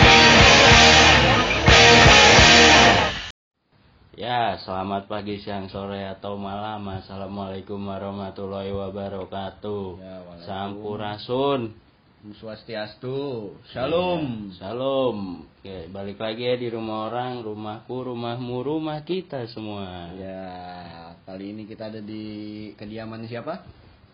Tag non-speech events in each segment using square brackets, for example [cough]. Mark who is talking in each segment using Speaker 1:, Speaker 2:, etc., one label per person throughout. Speaker 1: WA. Ya, Selamat pagi, siang, sore atau malam. Assalamualaikum warahmatullahi wabarakatuh.
Speaker 2: Ya, waalaikum.
Speaker 1: Sampurasun. Ya,
Speaker 2: Swastiastu. Shalom.
Speaker 1: Salam. Oke, balik lagi ya di rumah orang, rumahku, rumahmu, rumah kita semua.
Speaker 2: Ya, kali ini kita ada di kediaman siapa?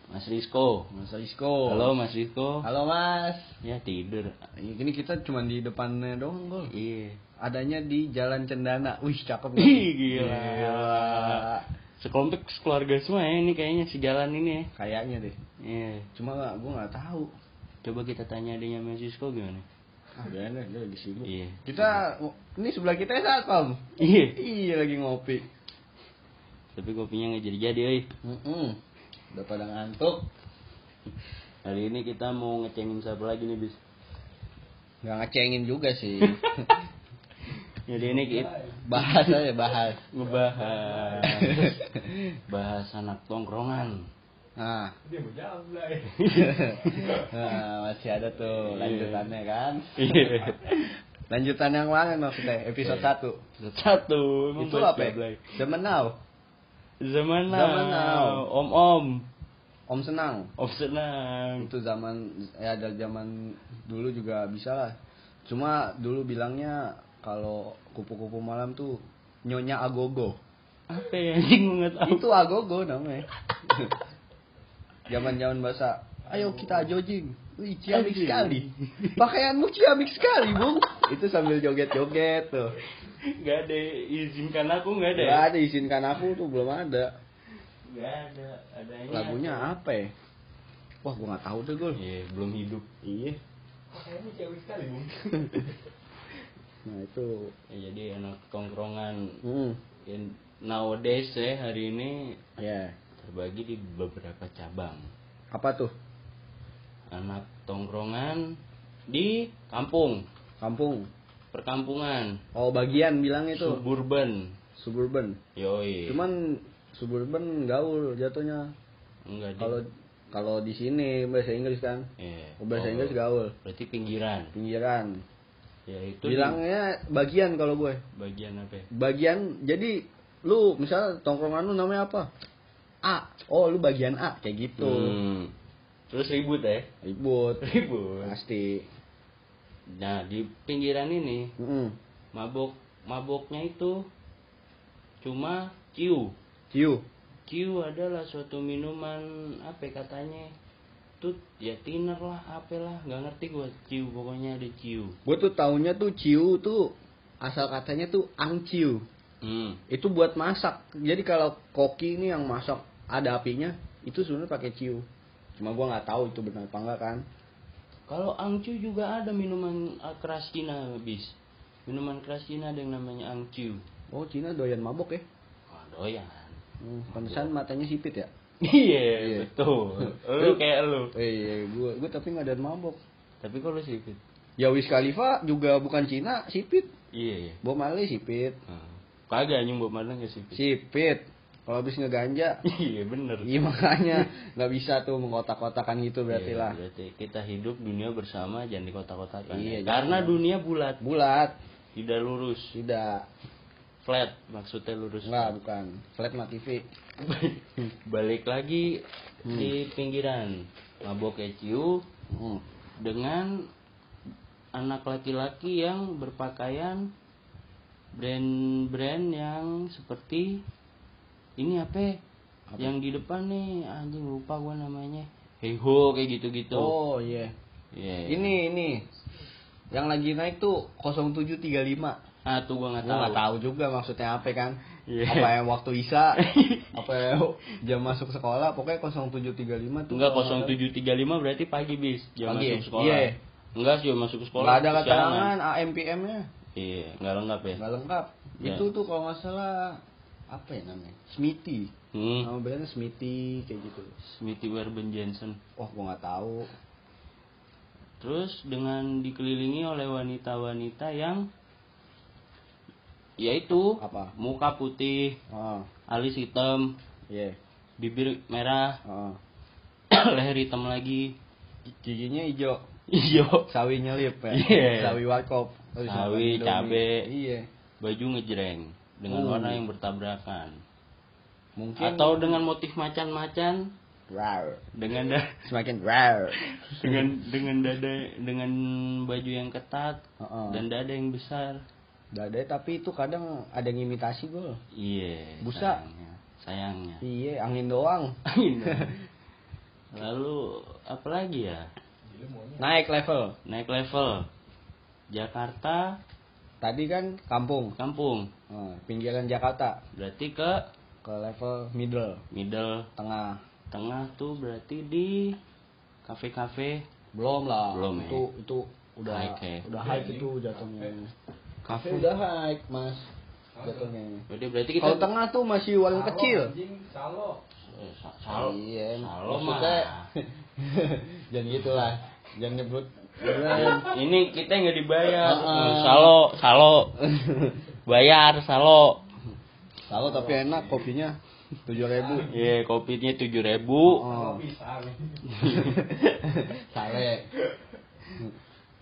Speaker 1: Mas Rizko.
Speaker 2: Mas Rizko.
Speaker 1: Halo Mas Rizko.
Speaker 2: Oh. Halo, Mas.
Speaker 1: Ya tidur.
Speaker 2: Ini kita cuma di depannya doang, Gol.
Speaker 1: Iya.
Speaker 2: Adanya di Jalan Cendana. Wih, cakep nih.
Speaker 1: Ih, gila. Sekelompok keluarga semua ya ini kayaknya si jalan ini ya.
Speaker 2: Kayaknya deh.
Speaker 1: Iya.
Speaker 2: Cuma nggak, gue nggak tahu.
Speaker 1: Coba kita tanya adanya Mas Rizko gimana?
Speaker 2: Ah, udah enak, dia lagi sibuk.
Speaker 1: Iya.
Speaker 2: Kita, ini sebelah kita ya satpam.
Speaker 1: Iya.
Speaker 2: Iya, lagi ngopi.
Speaker 1: Tapi kopinya nggak jadi-jadi, oi.
Speaker 2: Mm-mm. Udah pada ngantuk.
Speaker 1: Kali ini kita mau ngecengin siapa lagi nih, Bis?
Speaker 2: Nggak ngecengin juga sih.
Speaker 1: Jadi ini kita
Speaker 2: bahas aja, bahas.
Speaker 1: ngebahas [laughs] bahas anak tongkrongan.
Speaker 2: Nah. [laughs] nah, masih ada
Speaker 1: Iya.
Speaker 2: tuh lanjutannya kan. Lanjutan yang mana maksudnya? Episode
Speaker 1: Satu.
Speaker 2: 1.
Speaker 1: Iya. emang
Speaker 2: Itu
Speaker 1: bahas
Speaker 2: apa?
Speaker 1: Jablay.
Speaker 2: Ya? Zaman now.
Speaker 1: Zaman
Speaker 2: Zaman
Speaker 1: now.
Speaker 2: now.
Speaker 1: Om-om.
Speaker 2: Om Senang.
Speaker 1: Om senang.
Speaker 2: Itu zaman ya ada zaman dulu juga bisa lah. Cuma dulu bilangnya kalau kupu-kupu malam tuh nyonya agogo.
Speaker 1: Apa ya? Anjing nggak tahu.
Speaker 2: Itu agogo namanya. [laughs] Zaman-zaman bahasa, ayo kita jogging. Wih, ciamik
Speaker 1: Anjing.
Speaker 2: sekali. Pakaianmu ciamik sekali, Bung. Itu sambil joget-joget tuh.
Speaker 1: Gak ada izinkan aku nggak ada. ya?
Speaker 2: Gak ada izinkan aku tuh belum ada.
Speaker 1: Nggak ada. Adanya.
Speaker 2: Lagunya apa ya? Wah, gua nggak tahu deh, Gul.
Speaker 1: Iya, belum hidup.
Speaker 2: Iya.
Speaker 1: Kayaknya cewek sekali, Bung.
Speaker 2: Nah, itu.
Speaker 1: ya, jadi anak tongkrongan
Speaker 2: Hmm.
Speaker 1: ya, nowadays ya hari ini
Speaker 2: Ya.
Speaker 1: terbagi di beberapa cabang
Speaker 2: Apa tuh?
Speaker 1: anak tongkrongan di kampung
Speaker 2: Kampung.
Speaker 1: perkampungan
Speaker 2: Oh, bagian bilang itu
Speaker 1: suburban Iya.
Speaker 2: suburban.
Speaker 1: yoi
Speaker 2: Cuman suburban gaul jatuhnya.
Speaker 1: enggak di
Speaker 2: Kalau kalau di sini bahasa Inggris kan.
Speaker 1: Iya. Oh,
Speaker 2: Bahasa Inggris gaul.
Speaker 1: berarti pinggiran
Speaker 2: Pinggiran.
Speaker 1: yaitu
Speaker 2: Bilangnya bagian kalau gue.
Speaker 1: bagian apa ya?
Speaker 2: Bagian jadi lu misalnya tongkrongan lu namanya apa? A. Oh, lu bagian A kayak gitu.
Speaker 1: Hmm. terus ribut ya [laughs]
Speaker 2: Ribut.
Speaker 1: ribut
Speaker 2: Pasti.
Speaker 1: nah di pinggiran ini
Speaker 2: Mm-mm.
Speaker 1: mabok maboknya itu cuma ciu
Speaker 2: Ciu.
Speaker 1: Q adalah suatu minuman apa ya katanya tuh ya tiner lah apa lah nggak ngerti gua Q pokoknya ada Q
Speaker 2: Gue tuh taunya tuh ciu tuh asal katanya tuh angciu.
Speaker 1: hmm.
Speaker 2: Itu buat masak. Jadi kalau koki ini yang masak ada apinya, itu sebenarnya pakai ciu. Cuma gua nggak tahu itu benar apa enggak kan.
Speaker 1: kalau angcu juga ada minuman eh, keras Cina bis minuman keras Cina ada yang namanya angcu
Speaker 2: Oh, Cina doyan mabok ya.
Speaker 1: oh, doyan
Speaker 2: Hmm, pantesan matanya sipit ya.
Speaker 1: [laughs] iya
Speaker 2: Iya.
Speaker 1: betul
Speaker 2: [laughs]
Speaker 1: lu kayak lu
Speaker 2: Eh, iya, gua gua tapi nggak doyan mabok.
Speaker 1: tapi kalau sedikit
Speaker 2: Ya Wiz Khalifa juga bukan Cina, sipit.
Speaker 1: iya iya
Speaker 2: Bob Marley sipit.
Speaker 1: Hmm. kagak anjing buat mana nggak sih Bis?
Speaker 2: Sipit. Kalau habis ngeganja,
Speaker 1: [laughs] iya bener
Speaker 2: iya makanya nggak bisa tuh mengkotak-kotakan gitu berarti
Speaker 1: Iya,
Speaker 2: lah.
Speaker 1: berarti kita hidup dunia bersama jangan di kota-kota kan.
Speaker 2: Iya, jangan.
Speaker 1: karena dunia bulat
Speaker 2: Bulat,
Speaker 1: tidak lurus
Speaker 2: tidak.
Speaker 1: flat maksudnya lurus
Speaker 2: Enggak, bukan. Flat mah TV.
Speaker 1: balik lagi di pinggiran mabok ECU
Speaker 2: Hmm.
Speaker 1: dengan anak laki-laki yang berpakaian brand-brand yang seperti ini apa, yang di depan nih anjing lupa gua namanya Heho kayak gitu-gitu
Speaker 2: Oh, iya.
Speaker 1: Iya.
Speaker 2: Ini ini. Yang lagi naik tuh 0735.
Speaker 1: ah tuh gua nggak
Speaker 2: Gua
Speaker 1: tahu
Speaker 2: nggak tahu juga maksudnya apa kan.
Speaker 1: Iya.
Speaker 2: Apa yang waktu
Speaker 1: [laughs]
Speaker 2: Isa, apa yang jam masuk sekolah, pokoknya 0735 tuh.
Speaker 1: Enggak
Speaker 2: kalau nggak
Speaker 1: 0735 berarti pagi bis jam
Speaker 2: Pagi,
Speaker 1: masuk sekolah.
Speaker 2: iya.
Speaker 1: Enggak sih jam masuk sekolah.
Speaker 2: Nggak ada
Speaker 1: kesiangan.
Speaker 2: keterangan ah, AMPM-nya.
Speaker 1: Iya, enggak lengkap ya.
Speaker 2: Nggak lengkap.
Speaker 1: Ya.
Speaker 2: Itu tuh kalau nggak salah apa ya namanya? Smithy.
Speaker 1: Hmm.
Speaker 2: Nama brandnya Smithy kayak gitu.
Speaker 1: Smithy Werben Jensen.
Speaker 2: Wah, gua nggak tahu.
Speaker 1: Terus dengan dikelilingi oleh wanita-wanita yang yaitu
Speaker 2: Apa?
Speaker 1: muka putih,
Speaker 2: Oh,
Speaker 1: alis hitam,
Speaker 2: iya.
Speaker 1: bibir merah, [coughs]
Speaker 2: Oh.
Speaker 1: leher hitam lagi,
Speaker 2: Giginya hijau,
Speaker 1: hijau,
Speaker 2: sawi nyelip ya.
Speaker 1: Iya.
Speaker 2: Sawi warkop. Habis
Speaker 1: Sawi,
Speaker 2: makan Indomie.
Speaker 1: cabe.
Speaker 2: Iya.
Speaker 1: baju ngejreng. dengan
Speaker 2: Oh.
Speaker 1: warna yang bertabrakan
Speaker 2: mungkin
Speaker 1: atau dengan motif macan-macan
Speaker 2: rar
Speaker 1: dengan
Speaker 2: [laughs]
Speaker 1: da-
Speaker 2: semakin rar
Speaker 1: [laughs] dengan dengan dada dengan baju yang ketat
Speaker 2: Heeh.
Speaker 1: dan dada yang besar
Speaker 2: Dadanya tapi itu kadang ada yang imitasi gol
Speaker 1: iya
Speaker 2: Busa.
Speaker 1: sayangnya sayangnya
Speaker 2: iya angin doang [laughs]
Speaker 1: lalu apalagi ya
Speaker 2: naik level
Speaker 1: naik level Jakarta
Speaker 2: tadi kan kampung
Speaker 1: kampung
Speaker 2: Eh, pinggiran Jakarta
Speaker 1: berarti ke
Speaker 2: ke level middle
Speaker 1: middle
Speaker 2: tengah
Speaker 1: tengah tuh berarti di kafe-kafe
Speaker 2: belum lah
Speaker 1: Belum,
Speaker 2: itu itu udah
Speaker 1: High, ya.
Speaker 2: udah high itu jatuhnya kafe udah high mas jatuhnya
Speaker 1: berarti berarti kita
Speaker 2: kalau tengah tuh masih warung kecil
Speaker 1: Eh, sa- sal
Speaker 2: iya
Speaker 1: salo
Speaker 2: maksudnya
Speaker 1: mah
Speaker 2: [laughs] jangan gitulah jangan nyebut brand.
Speaker 1: ini kita nggak dibayar Eh,
Speaker 2: Heeh.
Speaker 1: salo salo bayar salo
Speaker 2: Salo tapi enak kopinya tujuh ribu
Speaker 1: Iya, kopinya tujuh ribu.
Speaker 2: oh. [laughs] sare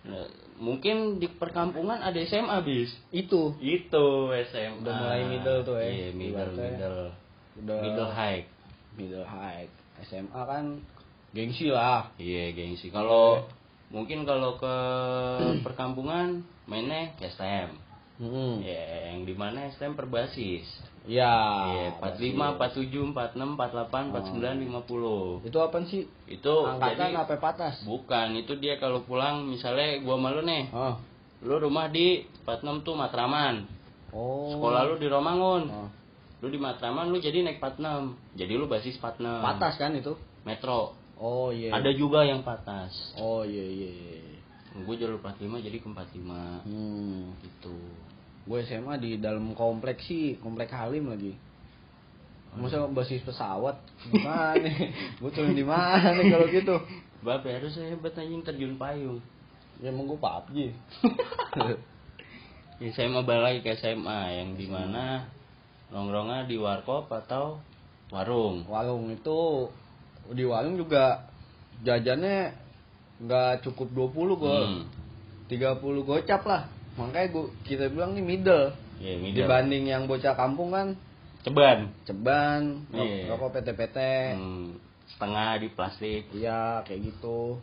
Speaker 1: Nah, Mungkin di perkampungan ada SMA bis.
Speaker 2: itu
Speaker 1: Itu SMA.
Speaker 2: Udah mulai middle tuh, ya?
Speaker 1: Iya, middle,
Speaker 2: Ibaratnya.
Speaker 1: middle.
Speaker 2: udah
Speaker 1: Middle high.
Speaker 2: middle high SMA kan gengsi lah
Speaker 1: Iya, gengsi. Kalau mungkin kalau
Speaker 2: [clears throat]
Speaker 1: ke perkampungan mainnya STM.
Speaker 2: hmm.
Speaker 1: Ya, yang di mana STM perbasis.
Speaker 2: ya
Speaker 1: Iya, 45, 47, 46, 48, 49, 50.
Speaker 2: itu apa sih
Speaker 1: Itu
Speaker 2: angkatan
Speaker 1: jadi
Speaker 2: apa patas
Speaker 1: bukan, itu dia kalau pulang misalnya gua malu nih.
Speaker 2: oh
Speaker 1: Lu rumah di 46 tuh Matraman.
Speaker 2: oh
Speaker 1: Sekolah lu di Romangun.
Speaker 2: Oh.
Speaker 1: Lu di Matraman lu jadi naik 46. Jadi lu basis 46.
Speaker 2: patas kan itu
Speaker 1: Metro.
Speaker 2: oh iya
Speaker 1: Ada juga yang patas.
Speaker 2: oh iya iya iya.
Speaker 1: Gue jalur 45 jadi ke 45
Speaker 2: hmm
Speaker 1: gitu.
Speaker 2: gue SMA di dalam kompleks sih komplek Halim lagi masa basis pesawat [laughs] gimana gue turun di mana kalau gitu
Speaker 1: Babe harus saya hebat anjing terjun payung.
Speaker 2: ya emang gue PUBG
Speaker 1: Ya, saya mau balik ke SMA yang di mana nongkrongnya di warkop atau warung.
Speaker 2: warung itu di warung juga jajannya nggak cukup 20 gol
Speaker 1: Hmm.
Speaker 2: 30 gocap lah makanya gua, kita bilang nih middle.
Speaker 1: Ya, middle.
Speaker 2: dibanding yang bocah kampung kan
Speaker 1: Ceban.
Speaker 2: ceban ro-
Speaker 1: Iya.
Speaker 2: rokok PT-PT
Speaker 1: Hmm, setengah di plastik.
Speaker 2: iya kayak gitu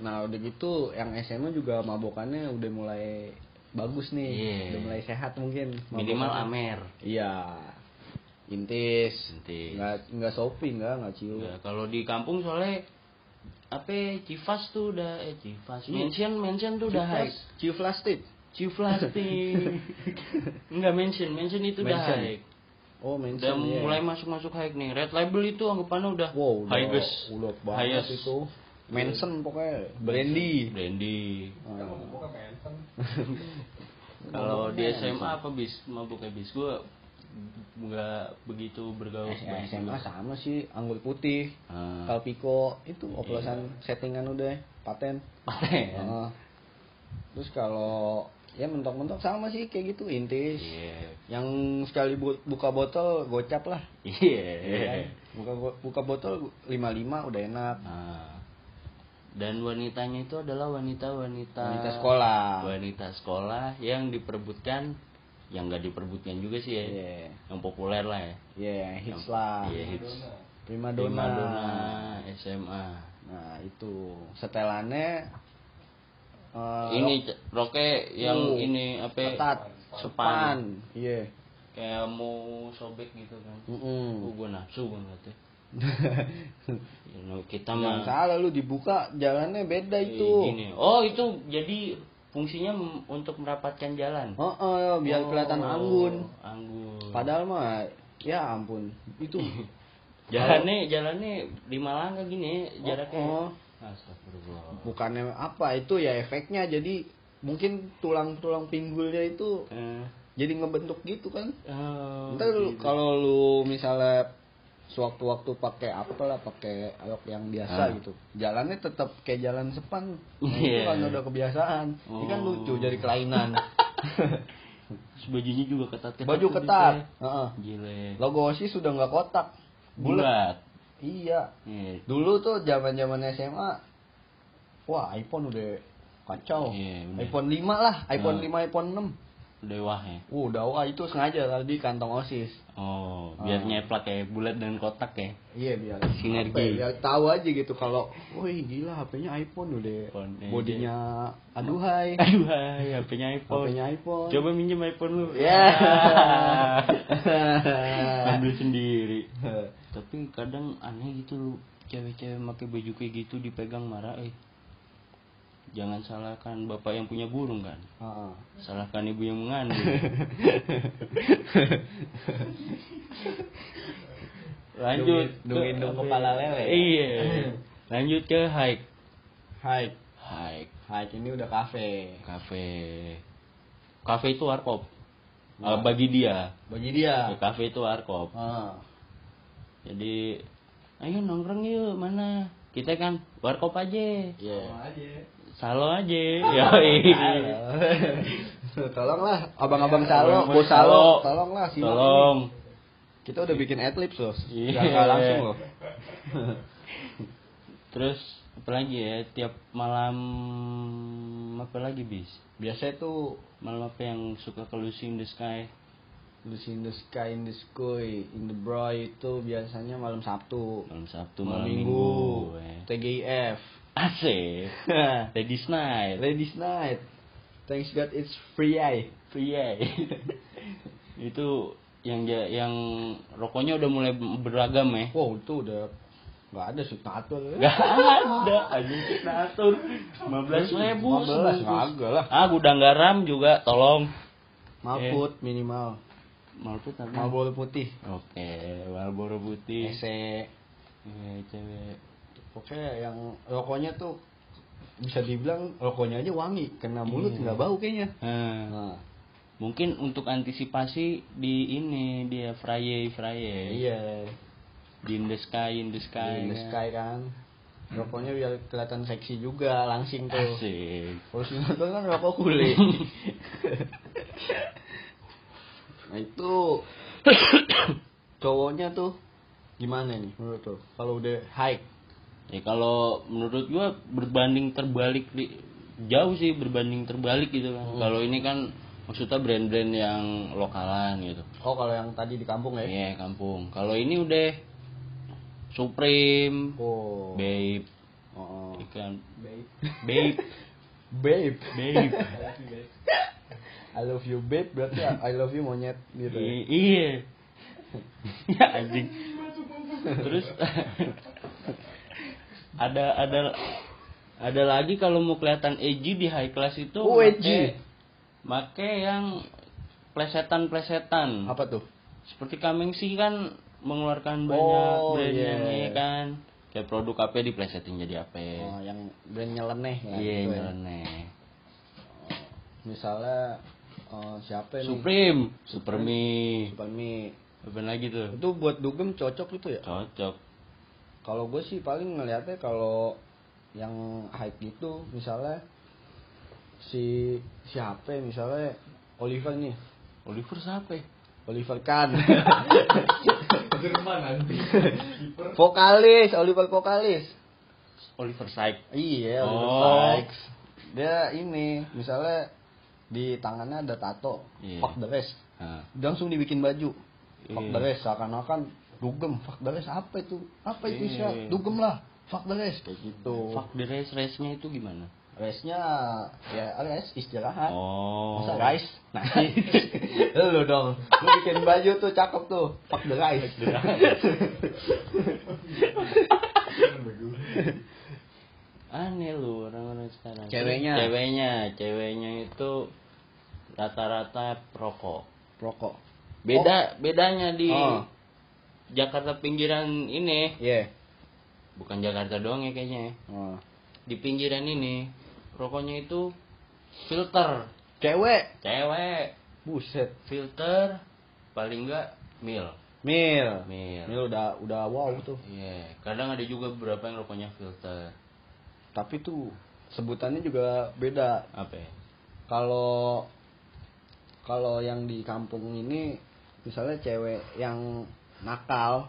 Speaker 2: nah udah gitu yang SMA juga mabokannya udah mulai bagus nih
Speaker 1: Iya.
Speaker 2: udah mulai sehat mungkin
Speaker 1: Minimal
Speaker 2: mabokannya.
Speaker 1: amer.
Speaker 2: iya intis
Speaker 1: Intis.
Speaker 2: nggak nggak sopi nggak nggak ciu
Speaker 1: Ya, kalau di kampung soalnya apa Civas tuh udah eh Civas
Speaker 2: Hmm.
Speaker 1: mention mention tuh udah high.
Speaker 2: Ciu plastik.
Speaker 1: Civas
Speaker 2: [laughs]
Speaker 1: nih. Enggak mention, mention itu udah
Speaker 2: Mention.
Speaker 1: high.
Speaker 2: Oh, mention
Speaker 1: Udah
Speaker 2: iya.
Speaker 1: mulai masuk-masuk high nih. Red label itu anggapannya udah
Speaker 2: Wow, udah,
Speaker 1: highest.
Speaker 2: udah banget
Speaker 1: Highest.
Speaker 2: itu. Mention pokoknya Brandy.
Speaker 1: Brandy.
Speaker 2: Oh.
Speaker 3: kan
Speaker 1: Kalau di SMA apa bis mabuknya bis gua nggak begitu bergaul
Speaker 2: Ya,
Speaker 1: sama
Speaker 2: SMA sama sih, anggur putih,
Speaker 1: Ah.
Speaker 2: kalpiko, itu oplosan
Speaker 1: Iya.
Speaker 2: settingan udah, paten.
Speaker 1: Paten.
Speaker 2: Heeh. Terus kalau ya mentok-mentok sama sih kayak gitu intis.
Speaker 1: [laughs] Iya.
Speaker 2: Yang sekali bu- buka botol gocap lah.
Speaker 1: Iya.
Speaker 2: Iya kan? Buka go- buka botol 55 udah enak.
Speaker 1: Ah. Dan wanitanya itu adalah wanita-wanita
Speaker 2: Wanita sekolah.
Speaker 1: Wanita sekolah yang diperbutkan yang nggak diperbutkan juga sih ya.
Speaker 2: Iya.
Speaker 1: Yang populer lah ya.
Speaker 2: Iya, hits
Speaker 1: Yang-
Speaker 2: lah.
Speaker 1: Iya, hits.
Speaker 2: Prima
Speaker 1: Primadona,
Speaker 2: dona.
Speaker 1: SMA.
Speaker 2: Nah, itu setelannya eh,
Speaker 1: ini c- roke yang
Speaker 2: Uh,
Speaker 1: ini apa?
Speaker 2: ketat.
Speaker 1: Sepan.
Speaker 2: pan. Iya.
Speaker 1: Kayak mau sobek gitu kan. Oh, [laughs]
Speaker 2: Mm-mm.
Speaker 1: gue nafsu banget ya. You know, kita mah
Speaker 2: Jangan salah lu dibuka jalannya beda
Speaker 1: eh,
Speaker 2: itu.
Speaker 1: gini. Oh, itu jadi fungsinya mem- untuk merapatkan jalan.
Speaker 2: Oh, oh, biar kelihatan
Speaker 1: Oh,
Speaker 2: anggun.
Speaker 1: Anggun.
Speaker 2: Padahal mah ya ampun, itu
Speaker 1: jalannya jalannya lima langkah gini ya, jaraknya.
Speaker 2: oh.
Speaker 1: Astagfirullah.
Speaker 2: bukannya apa itu ya efeknya jadi mungkin tulang-tulang pinggulnya itu
Speaker 1: Eh,
Speaker 2: jadi ngebentuk gitu kan.
Speaker 1: oh,
Speaker 2: Ntar lu-
Speaker 1: gitu.
Speaker 2: kalau lu misalnya sewaktu-waktu pakai apa lah, pakai alok yang biasa
Speaker 1: Ah.
Speaker 2: gitu. Jalannya tetap kayak jalan sepan. Nah, Itu
Speaker 1: [laughs] Iya.
Speaker 2: kan udah kebiasaan. Ini kan
Speaker 1: Oh.
Speaker 2: lucu jadi
Speaker 1: [laughs]
Speaker 2: kelainan.
Speaker 1: Terus bajunya juga ketat ketat.
Speaker 2: Baju ketat. Heeh.
Speaker 1: Gile.
Speaker 2: Logo OSIS sudah nggak kotak. Bulat.
Speaker 1: Bulat.
Speaker 2: Iya.
Speaker 1: Iya.
Speaker 2: Dulu tuh zaman-zaman SMA wah iPhone udah kacau.
Speaker 1: Iya, bener.
Speaker 2: iPhone 5 lah, iPhone
Speaker 1: Ah.
Speaker 2: 5, iPhone 6.
Speaker 1: Dewah ya?
Speaker 2: Uh, dakwah itu sengaja tadi kantong OSIS.
Speaker 1: Oh, biar
Speaker 2: Ah.
Speaker 1: nyeplak kayak bulat dan kotak
Speaker 2: [laughs]
Speaker 1: ya.
Speaker 2: Iya biar
Speaker 1: Sinergi.
Speaker 2: apa ya, Biar tahu aja gitu kalau, woi gila HP-nya iPhone udah.
Speaker 1: iPhone, iya.
Speaker 2: Bodinya [laughs] aduhai.
Speaker 1: [laughs] Aduh, hai, HP-nya iPhone.
Speaker 2: HP-nya iPhone. [laughs]
Speaker 1: Coba minjem iPhone lu.
Speaker 2: Ya.
Speaker 1: [laughs] Ambil sendiri. Tapi kadang aneh gitu lu cewek-cewek pakai baju kayak gitu dipegang marah eh. Jangan salahkan bapak yang punya burung kan.
Speaker 2: Heeh.
Speaker 1: Salahkan ibu yang
Speaker 2: [laughs]
Speaker 1: mengandung. Lanjut
Speaker 2: Dungin- dungin-dung
Speaker 1: apa
Speaker 2: kepala
Speaker 1: ya?
Speaker 2: lele.
Speaker 1: Iya.
Speaker 2: [laughs]
Speaker 1: Lanjut ke hike.
Speaker 2: Hai.
Speaker 1: Hike
Speaker 2: Hai, ini udah kafe.
Speaker 1: kafe. Kafe itu warkop. Eh,
Speaker 2: Wah.
Speaker 1: bagi dia.
Speaker 2: Bagi dia.
Speaker 1: Kafe itu warkop.
Speaker 2: Heeh.
Speaker 1: Jadi ayo nongkrong yuk mana? Kita kan warkop aja.
Speaker 2: Iya.
Speaker 1: Salo
Speaker 2: [laughs]
Speaker 1: aja. Yoi.
Speaker 2: Tolonglah abang-abang
Speaker 1: Iya,
Speaker 2: salo,
Speaker 1: abang-abang
Speaker 2: bos salo,
Speaker 1: salo.
Speaker 2: tolonglah sih.
Speaker 1: Tolong.
Speaker 2: Kita udah bikin adlibs loh.
Speaker 1: Iya.
Speaker 2: Gak- gak langsung loh.
Speaker 1: Terus apalagi ya tiap malam apa lagi bis?
Speaker 2: Biasanya tuh
Speaker 1: Malam apa yang suka ke Lucy in the Sky?
Speaker 2: Lucy in the sky, in the sky, in the bright itu biasanya malam Sabtu,
Speaker 1: Malam Sabtu, malam, Minggu. eh.
Speaker 2: TGIF,
Speaker 1: Asik. Ladies Night.
Speaker 2: [laughs] Ladies Night, Thanks God it's free eh. ay.
Speaker 1: Iya. [laughs] itu yang ja- yang rokoknya udah mulai beragam ya.
Speaker 2: Wow itu udah nggak ada sih tato.
Speaker 1: Gak ada anjing kita atur 15 ribu
Speaker 2: 15, kagak lah.
Speaker 1: Ah gudang garam juga tolong
Speaker 2: Malput minimal,
Speaker 1: Malput apa?
Speaker 2: Marlboro putih,
Speaker 1: Oke Marlboro
Speaker 2: Iya.
Speaker 1: putih
Speaker 2: Ese.
Speaker 1: Eh, cewek
Speaker 2: Pokoknya yang rokoknya tuh bisa dibilang rokoknya aja wangi, kena mulut nggak bau kayaknya.
Speaker 1: Eh,
Speaker 2: Nah,
Speaker 1: Mungkin untuk antisipasi di ini dia Friday Friday
Speaker 2: iya.
Speaker 1: di in the sky in the sky,
Speaker 2: In the
Speaker 1: ya.
Speaker 2: sky kan. Rokoknya biar kelihatan seksi juga, langsing tuh.
Speaker 1: Asik
Speaker 2: Terus nonton kan rokok kulit. [laughs] nah itu cowoknya tuh gimana nih menurut lo? Kalau udah hike,
Speaker 1: Ya kalau menurut gua berbanding terbalik di jauh sih berbanding terbalik gitu kan.
Speaker 2: Oh.
Speaker 1: Kalau ini kan maksudnya brand-brand yang lokalan gitu.
Speaker 2: oh kalau yang tadi di kampung ya?
Speaker 1: Iya, kampung. Kalau ini udah Supreme,
Speaker 2: Oh,
Speaker 1: Babe,
Speaker 2: oh,
Speaker 1: ikan Babe,
Speaker 2: babe,
Speaker 1: Babe.
Speaker 2: I love you babe berarti ya, I love you monyet gitu. ya.
Speaker 1: I- iya. [laughs] ya anjing. Terus [laughs] ada ada ada lagi kalau mau kelihatan edgy di high class itu
Speaker 2: Oh,
Speaker 1: make-
Speaker 2: edgy.
Speaker 1: make yang plesetan-plesetan.
Speaker 2: Apa tuh?
Speaker 1: Seperti Kameng sih kan mengeluarkan
Speaker 2: Oh,
Speaker 1: banyak brand yang
Speaker 2: iya.
Speaker 1: iya kan. Kayak produk apa diplesetin jadi apa. ya?
Speaker 2: Oh, yang brand nyeleneh ya.
Speaker 1: Iya,
Speaker 2: gitu ya.
Speaker 1: nyeleneh.
Speaker 2: Misalnya eh, siapa nih?
Speaker 1: Supreme, Supermi.
Speaker 2: Bukan mie.
Speaker 1: Apa lagi tuh?
Speaker 2: Itu buat dugem cocok gitu ya?
Speaker 1: Cocok.
Speaker 2: Kalau gue sih paling ngelihatnya kalau yang hype gitu misalnya si siapa ya, misalnya Oliver nih
Speaker 1: Oliver siapa ya?
Speaker 2: Oliver
Speaker 1: [laughs]
Speaker 2: Kahn
Speaker 3: Jerman nanti.
Speaker 2: vokalis Oliver vokalis
Speaker 1: Oliver Syke.
Speaker 2: iya Oliver
Speaker 1: Oh.
Speaker 2: Sykes dia ini misalnya di tangannya ada tato
Speaker 1: Iya.
Speaker 2: fuck the rest
Speaker 1: Nah.
Speaker 2: langsung dibikin baju fuck
Speaker 1: Iya.
Speaker 2: the rest seakan-akan dugem fuck the rest apa itu apa itu
Speaker 1: Iya.
Speaker 2: Syah? dugem lah fuck the rest kayak gitu
Speaker 1: Fuck the race race-nya itu gimana?
Speaker 2: Restnya ya rest istirahat.
Speaker 1: Oh.
Speaker 2: Masa guys? Nah, [laughs] lu dong. Lu bikin baju tuh cakep tuh. Fuck the guys.
Speaker 1: Aneh lu orang-orang sekarang.
Speaker 2: Ceweknya.
Speaker 1: Ceweknya, ceweknya itu rata-rata perokok.
Speaker 2: Rokok.
Speaker 1: Beda bedanya di
Speaker 2: Oh.
Speaker 1: Jakarta pinggiran ini,
Speaker 2: Iya.
Speaker 1: bukan Jakarta doang ya kayaknya.
Speaker 2: Oh.
Speaker 1: Di pinggiran ini rokoknya itu filter,
Speaker 2: Cewek.
Speaker 1: cewek,
Speaker 2: Buset.
Speaker 1: filter paling enggak mil.
Speaker 2: Mil.
Speaker 1: Mil.
Speaker 2: Mil udah udah wow tuh.
Speaker 1: Iya, kadang ada juga beberapa yang rokoknya filter.
Speaker 2: Tapi tuh sebutannya juga beda.
Speaker 1: Apa ya?
Speaker 2: Kalau kalau yang di kampung ini misalnya cewek yang nakal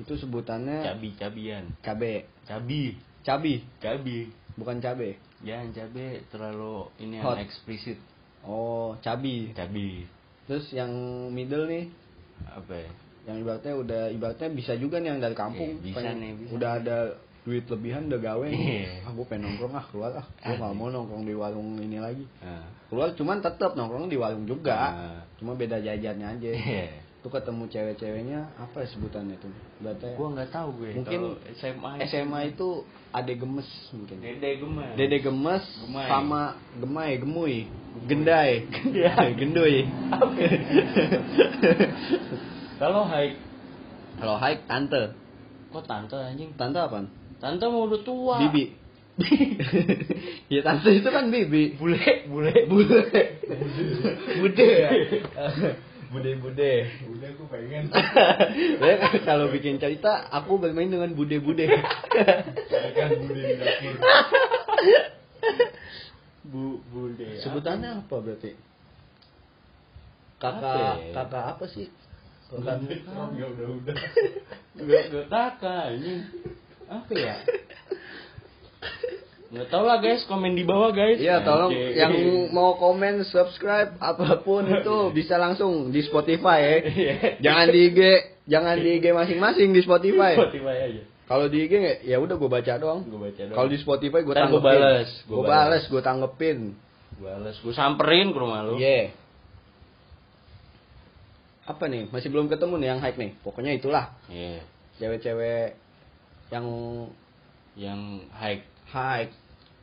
Speaker 2: itu sebutannya
Speaker 1: Cabi-cabian.
Speaker 2: cabe.
Speaker 1: Cabi,
Speaker 2: Cabi,
Speaker 1: cabi.
Speaker 2: bukan cabe.
Speaker 1: Jangan cabe terlalu ini yang
Speaker 2: Hot.
Speaker 1: eksplisit.
Speaker 2: Oh, cabi.
Speaker 1: Cabi.
Speaker 2: Terus yang middle nih,
Speaker 1: Apa ya?
Speaker 2: yang ibaratnya udah ibaratnya bisa juga nih yang dari kampung.
Speaker 1: Iya, bisa nih, bisa.
Speaker 2: Udah ada duit lebihan udah gawe.
Speaker 1: Iya.
Speaker 2: Ah, gue pengen nongkrong ah keluar ah. Gue
Speaker 1: Asik.
Speaker 2: nggak mau nongkrong di warung ini lagi.
Speaker 1: Ah.
Speaker 2: Keluar cuman tetap nongkrong di warung juga.
Speaker 1: Ah.
Speaker 2: Cuma beda jajannya aja.
Speaker 1: Iya.
Speaker 2: Tuh ketemu cewek-ceweknya apa ya sebutannya tuh? Ibaratnya
Speaker 1: Gua nggak tahu gue.
Speaker 2: Mungkin
Speaker 1: kalau SMA.
Speaker 2: SMA itu ade gemes mungkin.
Speaker 1: Dede gemes.
Speaker 2: Dede gemes
Speaker 1: Gemai.
Speaker 2: sama gemai, gemui, gendai, [laughs] gendui.
Speaker 1: ya? Kalau Hai,
Speaker 2: [laughs] Kalau haik tante,
Speaker 1: kok tante anjing?
Speaker 2: tante apa?
Speaker 1: Tante mau udah tua.
Speaker 2: Bibi. [laughs] ya tante itu kan bibi.
Speaker 1: Bule, bule.
Speaker 2: [laughs] Bude. Bude ya. Bude bude.
Speaker 3: Udah aku pengen.
Speaker 2: Saya Nah, kalau bikin cerita aku bermain dengan bude bude.
Speaker 3: Kan budi di dapur.
Speaker 1: Bu, bule.
Speaker 2: Sebutannya apa berarti?
Speaker 1: Apa
Speaker 2: Kakak
Speaker 1: ya?
Speaker 2: kakak apa sih?
Speaker 3: Bukan
Speaker 2: Kakak
Speaker 3: ya udah udah.
Speaker 1: Gak, gak kakak anjing. Apa ya? Nggak tahu lah guys, komen di bawah guys.
Speaker 2: Iya tolong
Speaker 1: Anjing. [laughs]
Speaker 2: yang mau komen, subscribe, apapun itu bisa langsung di Spotify ya.
Speaker 1: Iya.
Speaker 2: Jangan di IG, jangan di IG masing-masing di Spotify.
Speaker 1: Spotify aja.
Speaker 2: Kalau di IG ya udah gue baca doang.
Speaker 1: Gue baca doang.
Speaker 2: Kalau di Spotify gue
Speaker 1: Ntar gua
Speaker 2: tanggepin.
Speaker 1: bales, gua
Speaker 2: Gua
Speaker 1: bales.
Speaker 2: bales, gue tanggepin.
Speaker 1: Balas, gue samperin ke rumah lu.
Speaker 2: Iya. Apa nih? Masih belum ketemu nih yang hike nih. Pokoknya itulah
Speaker 1: Iya.
Speaker 2: cewek-cewek yang
Speaker 1: Yang hike
Speaker 2: hike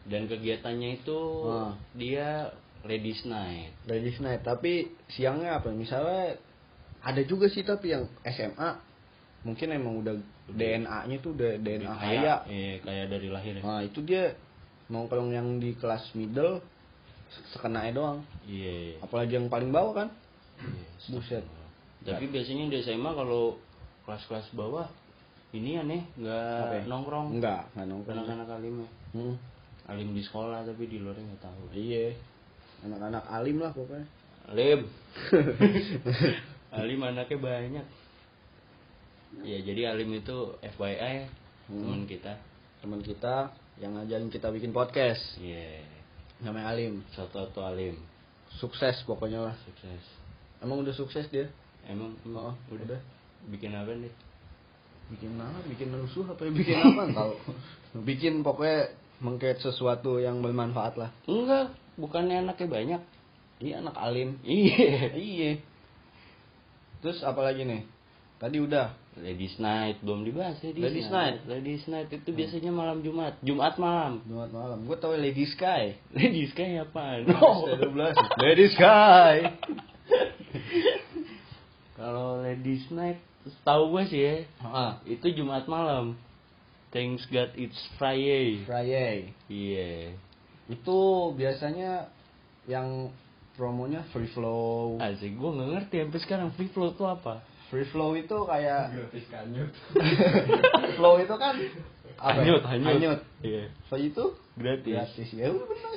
Speaker 1: dan kegiatannya itu
Speaker 2: Ah.
Speaker 1: dia ladies night.
Speaker 2: Ladies night tapi siangnya apa misalnya ada juga sih tapi yang SMA mungkin emang udah DNA-nya tuh udah DNA kaya
Speaker 1: Iya, kayak dari lahir. ya.
Speaker 2: nah itu dia nongkrong yang di kelas middle sekenanya doang
Speaker 1: Iya. iya.
Speaker 2: apalagi yang paling bawah kan
Speaker 1: Iya.
Speaker 2: buset
Speaker 1: Tapi biasanya di SMA kalau kelas-kelas bawah ini aneh
Speaker 2: Apa ya?
Speaker 1: nggak nongkrong.
Speaker 2: enggak enggak nongkrong
Speaker 1: Anak-anak alim ya.
Speaker 2: Hmm.
Speaker 1: Alim di sekolah tapi di luar nggak tahu.
Speaker 2: iya anak-anak alim lah pokoknya [laughs]
Speaker 1: Alim. alim anaknya banyak. Ya jadi Alim itu FYI
Speaker 2: Hmm.
Speaker 1: teman kita.
Speaker 2: teman kita yang ngajarin kita bikin podcast
Speaker 1: Iya.
Speaker 2: namanya Alim
Speaker 1: Satu atau Alim
Speaker 2: sukses pokoknya lah
Speaker 1: sukses.
Speaker 2: emang udah sukses dia
Speaker 1: Emang
Speaker 2: Oh,
Speaker 1: udah.
Speaker 2: udah.
Speaker 1: bikin apa nih?
Speaker 2: bikin apa bikin rusuh apa ya? [laughs] bikin apa tahu bikin pokoknya mengkreat sesuatu yang bermanfaat lah
Speaker 1: Enggak, bukannya anaknya banyak.
Speaker 2: iya anak alim
Speaker 1: Iya.
Speaker 2: iya terus apalagi nih tadi udah
Speaker 1: [laughs] Ladies night belum dibahas Ladies,
Speaker 2: Ladies Hmm.
Speaker 1: Ladies night itu biasanya malam Jumat, Jumat malam. [laughs]
Speaker 2: Jumat malam gue tau Lady [laughs] Sky
Speaker 1: Ladies kayak apaan?
Speaker 2: Oh. Lady Sky
Speaker 1: Kalau ladies night tahu gue sih ya,
Speaker 2: ah
Speaker 1: itu Jumat malam. Thanks God it's Friday.
Speaker 2: Friday
Speaker 1: Iya.
Speaker 2: itu biasanya yang promonya free flow
Speaker 1: Asik, gue nggak ngerti sampai sekarang free flow itu apa.
Speaker 2: free flow itu kayak
Speaker 3: Gratis kan, kanyut.
Speaker 2: flow itu kan apa ya?
Speaker 1: Hanyut, hanyut.
Speaker 2: hanyut.
Speaker 1: Iya.
Speaker 2: So itu
Speaker 1: Gratis.
Speaker 2: gratis ya udah bener.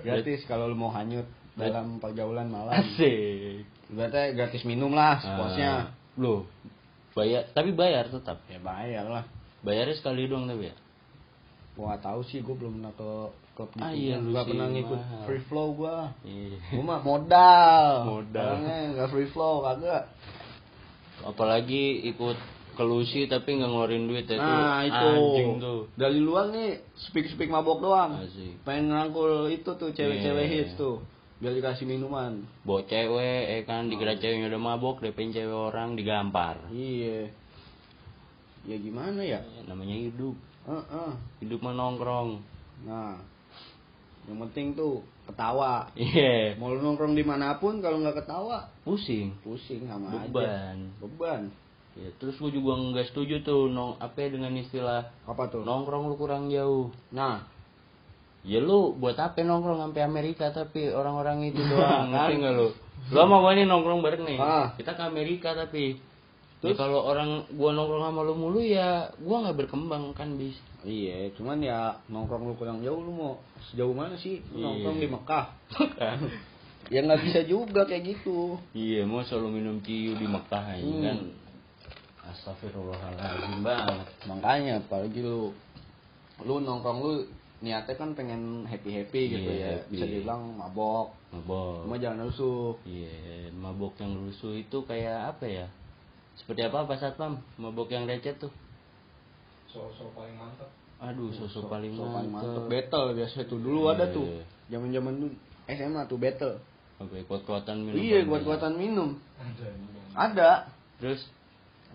Speaker 2: Gratis kalau lu mau hanyut dalam pergaulan malam.
Speaker 1: Asik.
Speaker 2: Berarti gratis minum lah
Speaker 1: Ah,
Speaker 2: seposnya.
Speaker 1: Loh, bayar tapi bayar tetap.
Speaker 2: Ya bayar lah.
Speaker 1: Bayarnya sekali doang tapi ya.
Speaker 2: Gua gak tahu sih gua belum pernah ke klub gitu.
Speaker 1: Ah, iya, lu
Speaker 2: gua
Speaker 1: sih,
Speaker 2: pernah ngikut
Speaker 1: mahal.
Speaker 2: free flow gua.
Speaker 1: Iya.
Speaker 2: Gua mah modal.
Speaker 1: Modal.
Speaker 2: Orangnya gak free flow kagak.
Speaker 1: Apalagi ikut kelusi tapi nggak ngeluarin duit ya
Speaker 2: Nah,
Speaker 1: tuh.
Speaker 2: itu.
Speaker 1: Anjing tuh.
Speaker 2: Dari luar nih speak-speak mabok doang.
Speaker 1: Asik.
Speaker 2: Pengen ngerangkul itu tuh cewek-cewek
Speaker 1: Iya.
Speaker 2: hits tuh. Biar dikasih minuman.
Speaker 1: Bawa cewek, eh kan dikira ceweknya udah mabok, depin cewek orang digampar.
Speaker 2: Iya. Ya gimana ya?
Speaker 1: Ya, namanya hidup.
Speaker 2: Heeh.
Speaker 1: Hidup menongkrong.
Speaker 2: Nah, yang penting tuh ketawa.
Speaker 1: Iya.
Speaker 2: Mau lu nongkrong dimanapun kalau nggak ketawa
Speaker 1: Pusing.
Speaker 2: pusing sama aja.
Speaker 1: Beban.
Speaker 2: Beban.
Speaker 1: Ya, terus gue juga nggak setuju tuh nong apa ya dengan istilah
Speaker 2: Apa tuh?
Speaker 1: nongkrong lu kurang jauh.
Speaker 2: Nah,
Speaker 1: Ya lu buat apa nongkrong sampai Amerika tapi orang-orang [laughs] itu doang, ngerti nggak lu? Lu sama gua nih nongkrong bareng nih.
Speaker 2: Ah.
Speaker 1: Kita ke Amerika tapi Ya
Speaker 2: Terus?
Speaker 1: kalau orang gua nongkrong sama lu mulu ya gua nggak berkembang kan [laughs] bis.
Speaker 2: iya, cuman ya nongkrong lu kurang jauh lu mau sejauh mana sih?
Speaker 1: Iya.
Speaker 2: Lu Nongkrong di Mekah. Ya nggak bisa juga kayak gitu.
Speaker 1: Kan? iya, mau selalu minum ciu di Mekah aja
Speaker 2: Hmm.
Speaker 1: kan. Astagfirullahaladzim banget.
Speaker 2: Makanya apalagi lu lu nongkrong lu niatnya kan pengen happy happy gitu
Speaker 1: Iya,
Speaker 2: ya bisa
Speaker 1: happy. Oh.
Speaker 2: dibilang mabok
Speaker 1: mabok
Speaker 2: cuma jangan rusuh
Speaker 1: iya mabok yang rusuh itu kayak apa ya seperti apa pak satpam mabok yang recet tuh
Speaker 3: Sosok paling mantap.
Speaker 1: aduh sosok paling
Speaker 2: Iya, So paling mantep.
Speaker 1: mantep
Speaker 2: battle biasa tuh dulu ada
Speaker 1: Iya.
Speaker 2: tuh zaman zaman dulu SMA tuh battle
Speaker 1: sampai ya, kuat-kuatan minum
Speaker 2: iya
Speaker 1: banyak.
Speaker 2: buat buatan minum
Speaker 3: Ada nih.
Speaker 2: ada
Speaker 1: terus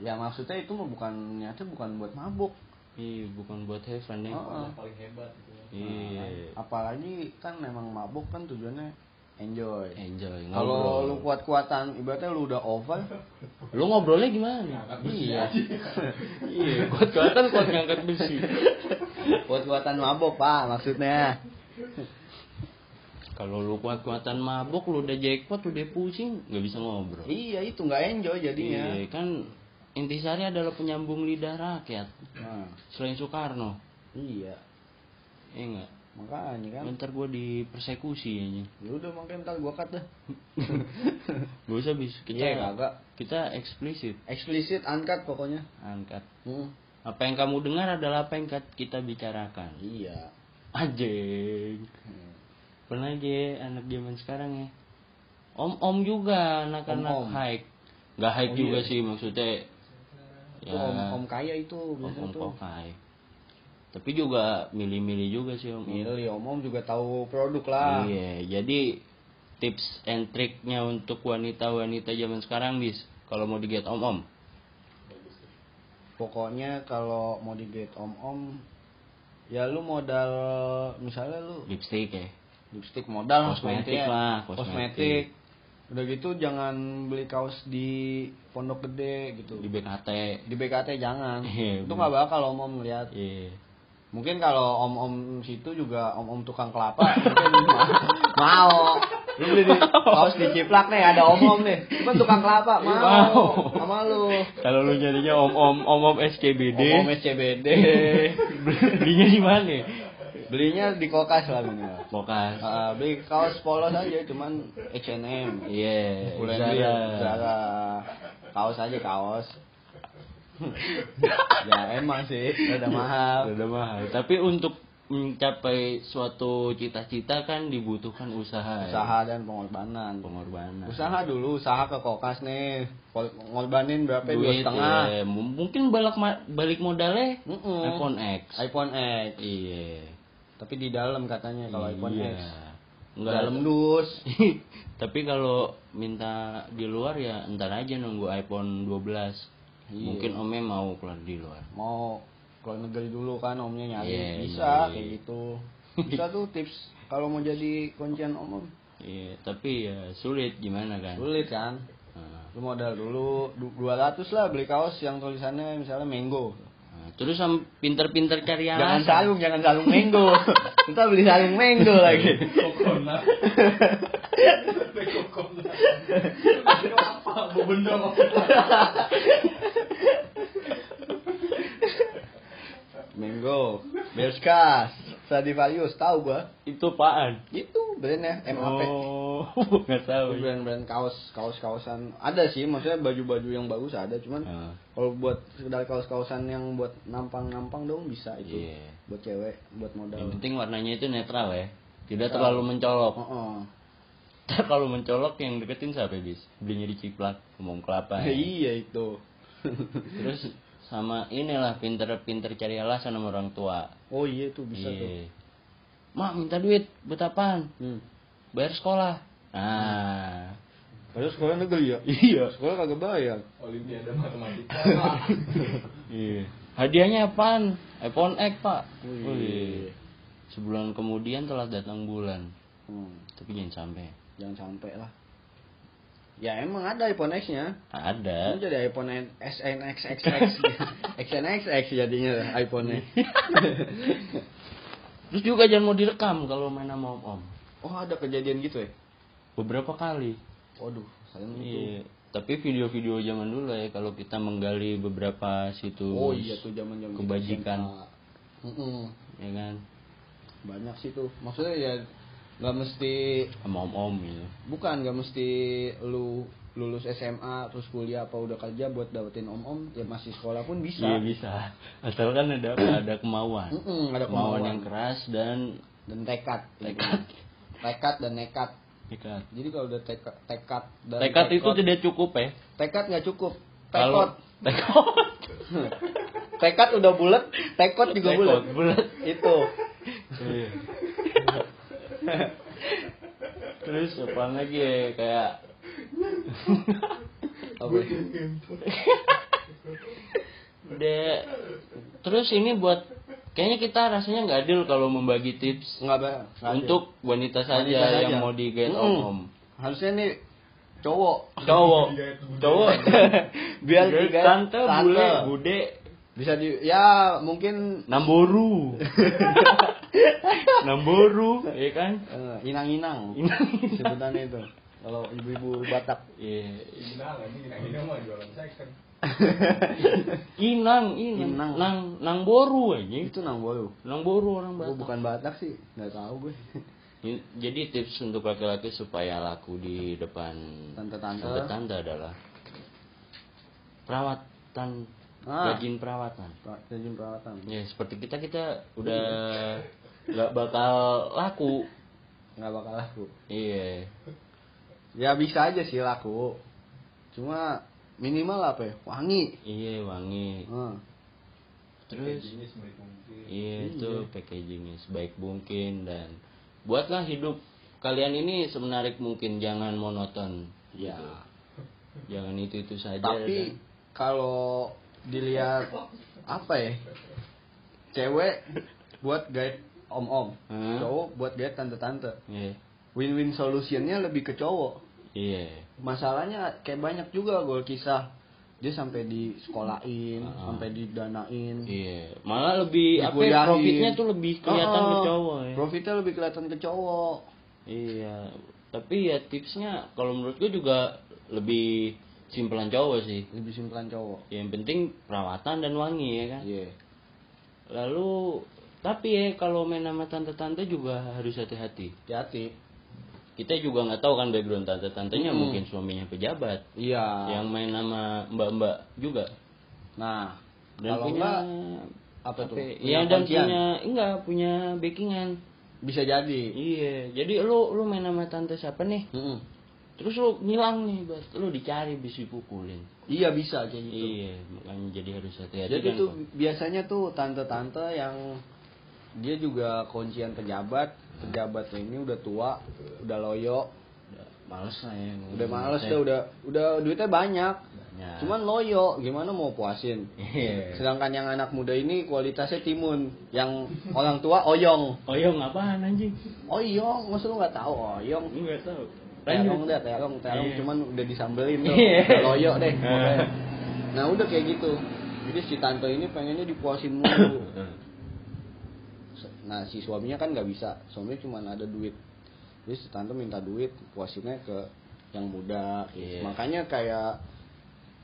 Speaker 2: ya maksudnya itu mah bukan niatnya bukan buat mabuk
Speaker 1: iya bukan buat have fun ya
Speaker 2: Oh, oh.
Speaker 3: Yang paling hebat itu. ya.
Speaker 1: iya
Speaker 2: Nah, apalagi kan memang mabuk kan tujuannya enjoy
Speaker 1: enjoy
Speaker 2: nah. kalau
Speaker 1: ngobrol.
Speaker 2: lu kuat-kuatan ibaratnya lu udah over [laughs]
Speaker 1: lu ngobrolnya gimana
Speaker 3: Ngangkat besi
Speaker 1: iya
Speaker 3: aja.
Speaker 1: iya kuat-kuatan kuat ngangkat besi
Speaker 2: kuat-kuatan mabuk pak maksudnya
Speaker 1: kalau lu kuat-kuatan mabok lu udah jackpot udah pusing nggak bisa ngobrol
Speaker 2: iya itu nggak enjoy jadinya
Speaker 1: Iya, kan intisari adalah penyambung lidah rakyat
Speaker 2: nah,
Speaker 1: selain Soekarno
Speaker 2: iya
Speaker 1: iya nggak
Speaker 2: makanya kan
Speaker 1: ntar gue dipersekusi ini
Speaker 2: ya udah makanya ntar gua
Speaker 1: [laughs]
Speaker 2: cut dah
Speaker 1: gak usah bis kita
Speaker 2: Iya, kagak.
Speaker 1: kita eksplisit
Speaker 2: eksplisit angkat pokoknya
Speaker 1: angkat
Speaker 2: Hmm,
Speaker 1: apa yang kamu dengar adalah apa yang kat- kita bicarakan
Speaker 2: iya
Speaker 1: anjing
Speaker 2: Hmm.
Speaker 1: pernah aja anak zaman sekarang ya om om juga anak-anak
Speaker 2: Om-om. Oh, iya.
Speaker 1: hike nggak hike juga sih maksudnya
Speaker 2: itu om, om kaya itu
Speaker 1: Ya. om
Speaker 2: biasanya tuh
Speaker 1: om hike tapi juga milih-milih juga sih om
Speaker 2: milih Iya, om om juga tahu produk lah
Speaker 1: Iya, jadi tips and triknya untuk wanita-wanita zaman sekarang bis kalau mau diget om-om.
Speaker 2: pokoknya kalau mau digate om om ya lu modal misalnya lu
Speaker 1: Lipstick ya.
Speaker 2: lipstick modal lah
Speaker 1: Kosmetik
Speaker 2: sebenarnya.
Speaker 1: lah,
Speaker 2: kosmetik.
Speaker 1: kosmetik.
Speaker 2: udah gitu jangan beli kaos di pondok gede gitu
Speaker 1: Di BKT.
Speaker 2: di BKT jangan
Speaker 1: Iya,
Speaker 2: itu
Speaker 1: bener.
Speaker 2: nggak bakal om om lihat
Speaker 1: Iya.
Speaker 2: mungkin kalau om om situ juga om om tukang kelapa mungkin [laughs] ma- mau lu beli di kaos di ciplak nih ada om om nih cuma tukang kelapa
Speaker 1: Iya, Mau.
Speaker 2: mau sama lu
Speaker 1: Kalau lu jadinya om-om om-om SCBD.
Speaker 2: om om SCBD
Speaker 1: [laughs] belinya di mana?
Speaker 2: belinya di kokas lah minimal
Speaker 1: Mokas.
Speaker 2: Ah, beli kaos polos aja cuman H&M
Speaker 1: Iya.
Speaker 2: Mulai beli
Speaker 1: Zara.
Speaker 2: Zara. Kaos aja
Speaker 1: [laughs]
Speaker 2: kaos. ya emang sih, rada mahal.
Speaker 1: Rada mahal. Tapi untuk mencapai suatu cita-cita kan dibutuhkan usaha. ya.
Speaker 2: Usaha dan pengorbanan.
Speaker 1: Pengorbanan.
Speaker 2: Usaha dulu, usaha ke kokas nih. Kol- Ngorbanin berapa? Dua
Speaker 1: Duit,
Speaker 2: setengah.
Speaker 1: ya. M- mungkin balik ma- balik modalnya
Speaker 2: Mm-mm.
Speaker 1: iPhone X.
Speaker 2: iPhone X.
Speaker 1: Iya.
Speaker 2: Tapi di dalam katanya kalau iPhone
Speaker 1: Iya.
Speaker 2: X.
Speaker 1: Nggak
Speaker 2: Dalam
Speaker 1: [laughs]
Speaker 2: dus.
Speaker 1: Tapi kalau minta di luar ya entar aja nunggu iPhone 12.
Speaker 2: Iya.
Speaker 1: Mungkin omnya mau keluar di luar.
Speaker 2: Mau keluar negeri dulu kan omnya nyari.
Speaker 1: Iya,
Speaker 2: Bisa
Speaker 1: iya.
Speaker 2: kayak gitu. Bisa tuh tips kalau mau jadi kuncian om. om.
Speaker 1: Iya, tapi ya sulit gimana kan?
Speaker 2: Sulit kan?
Speaker 1: Nah,
Speaker 2: lu modal dulu du- 200 lah beli kaos yang tulisannya misalnya mango
Speaker 1: nah, terus sam- pinter-pinter cari
Speaker 2: jangan
Speaker 1: alasan.
Speaker 2: [laughs] salung jangan salung mango kita beli salung mango lagi
Speaker 3: Kokonat. Sampai kokonat. Itu apa? Bobendong.
Speaker 2: mango Bershkas Stradivarius tahu gua
Speaker 1: [laughs] Itu apaan?
Speaker 2: itu brandnya MAP
Speaker 1: Oh, [laughs] nggak tahu. ya.
Speaker 2: Itu brand-brand kaos kaos kaosan ada sih maksudnya baju-baju yang bagus ada cuman
Speaker 1: Ah.
Speaker 2: kalau buat sekedar kaos-kaosan yang buat nampang-nampang dong bisa itu
Speaker 1: Iya.
Speaker 2: buat cewek buat
Speaker 1: Yang
Speaker 2: modal
Speaker 1: penting warnanya itu netral ya. Tidak
Speaker 2: Netral.
Speaker 1: terlalu mencolok. [laughs]
Speaker 2: Oh, oh.
Speaker 1: Ntar kalau mencolok yang deketin siapa bis? Belinya di Ciplak, Kemong Kelapa. ya.
Speaker 2: [laughs] iya itu
Speaker 1: Terus sama inilah pinter-pinter cari alasan sama orang tua.
Speaker 2: oh iya itu bisa tuh
Speaker 1: Iya. Mak minta duit, buat apaan?
Speaker 2: Hmm.
Speaker 1: Bayar sekolah. Nah,
Speaker 2: Padahal sekolah negeri ya? [laughs] Iya. Sekolah kagak bayar.
Speaker 3: Olimpiade matematika.
Speaker 1: iya. Hadiahnya apaan? iPhone X pak.
Speaker 2: Wih.
Speaker 1: Wih. Sebulan kemudian telah datang bulan.
Speaker 2: Hmm,
Speaker 1: Tapi jangan sampai.
Speaker 2: jangan sampai lah. Ya emang ada iPhone X-nya. Ini
Speaker 1: Ada.
Speaker 2: jadi iPhone N- [laughs] SNXXX. XNXX jadinya iPhone-nya.
Speaker 1: Terus juga jangan mau direkam kalau main sama om om.
Speaker 2: [laughs] oh, ada kejadian gitu ya?
Speaker 1: Beberapa kali.
Speaker 2: Waduh, saya itu.
Speaker 1: Iya, tapi video-video zaman dulu ya kalau kita menggali beberapa situs
Speaker 2: Oh iya tuh zaman-zaman kita
Speaker 1: kebajikan.
Speaker 2: SMA. Mm-mm.
Speaker 1: ya kan
Speaker 2: Banyak sih tuh. Maksudnya ya nggak mesti
Speaker 1: sama om-om gitu.
Speaker 2: bukan nggak mesti lu lulus SMA terus kuliah apa udah kerja buat dapetin om-om ya masih sekolah pun bisa.
Speaker 1: Iya bisa. Asalkan ada ada kemauan.
Speaker 2: Mm-mm,
Speaker 1: kemauan,
Speaker 2: ada kemauan.
Speaker 1: yang keras dan
Speaker 2: Dan tekad, iya.
Speaker 1: Tekad.
Speaker 2: tekad dan nekat.
Speaker 1: tekad.
Speaker 2: Jadi kalau udah teka- tekad dan
Speaker 1: Tekad itu
Speaker 2: tekod-
Speaker 1: tidak cukup ya.
Speaker 2: tekad nggak cukup. Tekod.
Speaker 1: Kalau tekod.
Speaker 2: tekad udah bulat, tekod juga
Speaker 1: Tekod,
Speaker 2: bulat.
Speaker 1: bulat.
Speaker 2: Itu.
Speaker 1: Iya. [laughs] Terus apa lagi ya kayak
Speaker 2: [laughs] Apa?
Speaker 1: [laughs] udah terus ini buat kayaknya kita rasanya nggak adil kalau membagi tips
Speaker 2: Nggak bah. nggak
Speaker 1: untuk wanita saja
Speaker 2: Wanita saja.
Speaker 1: yang mau digait
Speaker 2: Mm-mm.
Speaker 1: om-om.
Speaker 2: ada. harusnya nih cowok
Speaker 1: Cowok,
Speaker 3: Iya.
Speaker 1: cowok.
Speaker 2: biar
Speaker 1: Digait
Speaker 2: digait
Speaker 1: tante,
Speaker 2: kan? tante.
Speaker 1: bule, bude,
Speaker 2: bisa di ya mungkin [laughs]
Speaker 1: namboru. namboru, ya kan?
Speaker 2: eh, inang-inang
Speaker 1: Inang-inang.
Speaker 2: sebutannya itu kalau ibu-ibu Batak
Speaker 1: Iya.
Speaker 3: Inang ini inang inang mah jualan kan second.
Speaker 1: Inang, inang,
Speaker 2: Inang.
Speaker 1: nang, nang boru aja.
Speaker 2: itu nang bolu
Speaker 1: Nang boru orang
Speaker 2: gue
Speaker 1: Batak.
Speaker 2: Oh, bukan Batak sih nggak tahu gue
Speaker 1: In- Jadi tips untuk laki-laki supaya laku di depan
Speaker 2: Tante-tante.
Speaker 1: tante adalah perawatan,
Speaker 2: Ah.
Speaker 1: rajin perawatan.
Speaker 2: Pra- rajin perawatan
Speaker 1: Ya seperti kita kita
Speaker 2: [laughs]
Speaker 1: udah nggak bakal laku.
Speaker 2: nggak bakal laku
Speaker 1: Iya.
Speaker 2: ya bisa aja sih laku cuma minimal apa ya wangi
Speaker 1: Iya wangi.
Speaker 2: Eh,
Speaker 1: Terus
Speaker 3: Ini sebaik mungkin.
Speaker 1: iya itu packagingnya sebaik mungkin dan buatlah hidup kalian ini semenarik mungkin jangan monoton.
Speaker 2: ya
Speaker 1: gitu. Jangan itu itu saja.
Speaker 2: tapi
Speaker 1: dan-
Speaker 2: kalau dilihat apa ya cewek buat guide om-om
Speaker 1: Hmm.
Speaker 2: cowok buat guide tante-tante
Speaker 1: Iya.
Speaker 2: win-win solutionnya lebih ke cowok
Speaker 1: Iya.
Speaker 2: masalahnya kayak banyak juga gue kisah dia sampai di sekolahin
Speaker 1: Ah.
Speaker 2: sampai didanain
Speaker 1: Iya. Malah lebih apa ya,
Speaker 2: dikuliahin.
Speaker 1: profitnya tuh lebih kelihatan
Speaker 2: Oh,
Speaker 1: ke
Speaker 2: oh.
Speaker 1: cowok ya.
Speaker 2: profitnya lebih kelihatan ke cowok
Speaker 1: Iya. Tapi ya tipsnya kalau menurut gue juga lebih simpelan cowok sih.
Speaker 2: lebih simpelan cowok
Speaker 1: Yang penting perawatan dan wangi ya kan.
Speaker 2: iya
Speaker 1: Lalu tapi ya kalau main sama tante-tante juga harus hati-hati.
Speaker 2: hati
Speaker 1: Kita juga nggak tahu kan background tante-tantenya
Speaker 2: Mm-mm.
Speaker 1: mungkin suaminya pejabat.
Speaker 2: iya
Speaker 1: Yang main sama mbak-mbak juga.
Speaker 2: nah
Speaker 1: Dan
Speaker 2: kalau
Speaker 1: punya
Speaker 2: enggak apa tuh?
Speaker 1: Iya
Speaker 2: Punya
Speaker 1: dan
Speaker 2: kuncian?
Speaker 1: punya enggak punya backingan.
Speaker 2: bisa jadi
Speaker 1: Iya, jadi lu lu main sama tante siapa nih?
Speaker 2: Mm-mm.
Speaker 1: Terus lu ngilang nih, Bas. Lu dicari bisa dipukulin.
Speaker 2: iya bisa kayak gitu
Speaker 1: Iya, makanya jadi harus hati-hati.
Speaker 2: jadi
Speaker 1: kan,
Speaker 2: tuh
Speaker 1: Pak.
Speaker 2: biasanya tuh tante-tante yang dia juga kuncian pejabat pejabat ini udah tua udah loyo
Speaker 1: udah males lah ya. ngomong.
Speaker 2: udah males dah udah udah duitnya banyak
Speaker 1: Banyak.
Speaker 2: cuman loyo gimana mau puasin
Speaker 1: Iya.
Speaker 2: sedangkan yang anak muda ini kualitasnya timun yang orang tua oyong
Speaker 1: Oyong apaan Oh, iya, anjing?
Speaker 2: oyong maksud lu nggak tahu oyong
Speaker 1: Enggak tahu.
Speaker 2: terong deh terong terong
Speaker 1: Iya.
Speaker 2: cuman udah disambelin tuh
Speaker 1: Iya.
Speaker 2: Udah loyo deh
Speaker 1: Iya.
Speaker 2: pokoknya. nah udah kayak gitu jadi si tante ini pengennya dipuasin mulu nah si suaminya kan nggak bisa suaminya cuma ada duit jadi si tante minta duit puasinnya ke yang muda
Speaker 1: Iya.
Speaker 2: makanya kayak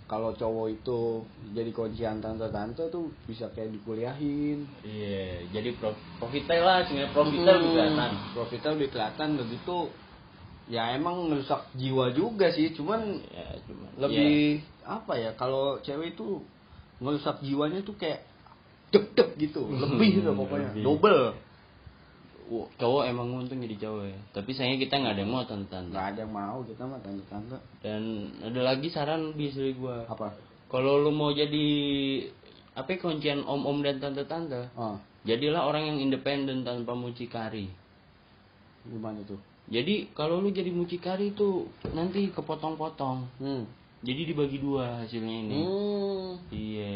Speaker 2: kalau cowok itu jadi kuncian tante-tante tuh bisa kayak dikuliahin
Speaker 1: Iya, jadi pro profitel lah, sebenarnya profitel
Speaker 2: Hmm,
Speaker 1: juga kan.
Speaker 2: profitnya lebih kelihatan begitu ya emang ngerusak jiwa juga sih cuman
Speaker 1: Ya, cuma
Speaker 2: lebih
Speaker 1: Iya.
Speaker 2: apa ya kalau cewek itu ngerusak jiwanya tuh kayak deg deg gitu lebih gitu pokoknya
Speaker 1: Hmm, Lebih.
Speaker 2: double
Speaker 1: Wah, cowok emang untung jadi cowok ya. Tapi sayangnya kita nggak ada yang mau tentang.
Speaker 2: nggak ada yang mau kita mah tante tante
Speaker 1: Dan ada lagi saran bis dari gua.
Speaker 2: apa
Speaker 1: Kalau lu mau jadi apa ya, kuncian om-om dan tante-tante,
Speaker 2: oh
Speaker 1: jadilah orang yang independen tanpa mucikari.
Speaker 2: gimana tuh
Speaker 1: Jadi kalau lu jadi mucikari itu nanti kepotong-potong.
Speaker 2: hmm.
Speaker 1: Jadi dibagi dua hasilnya ini.
Speaker 2: hmm.
Speaker 1: Iya.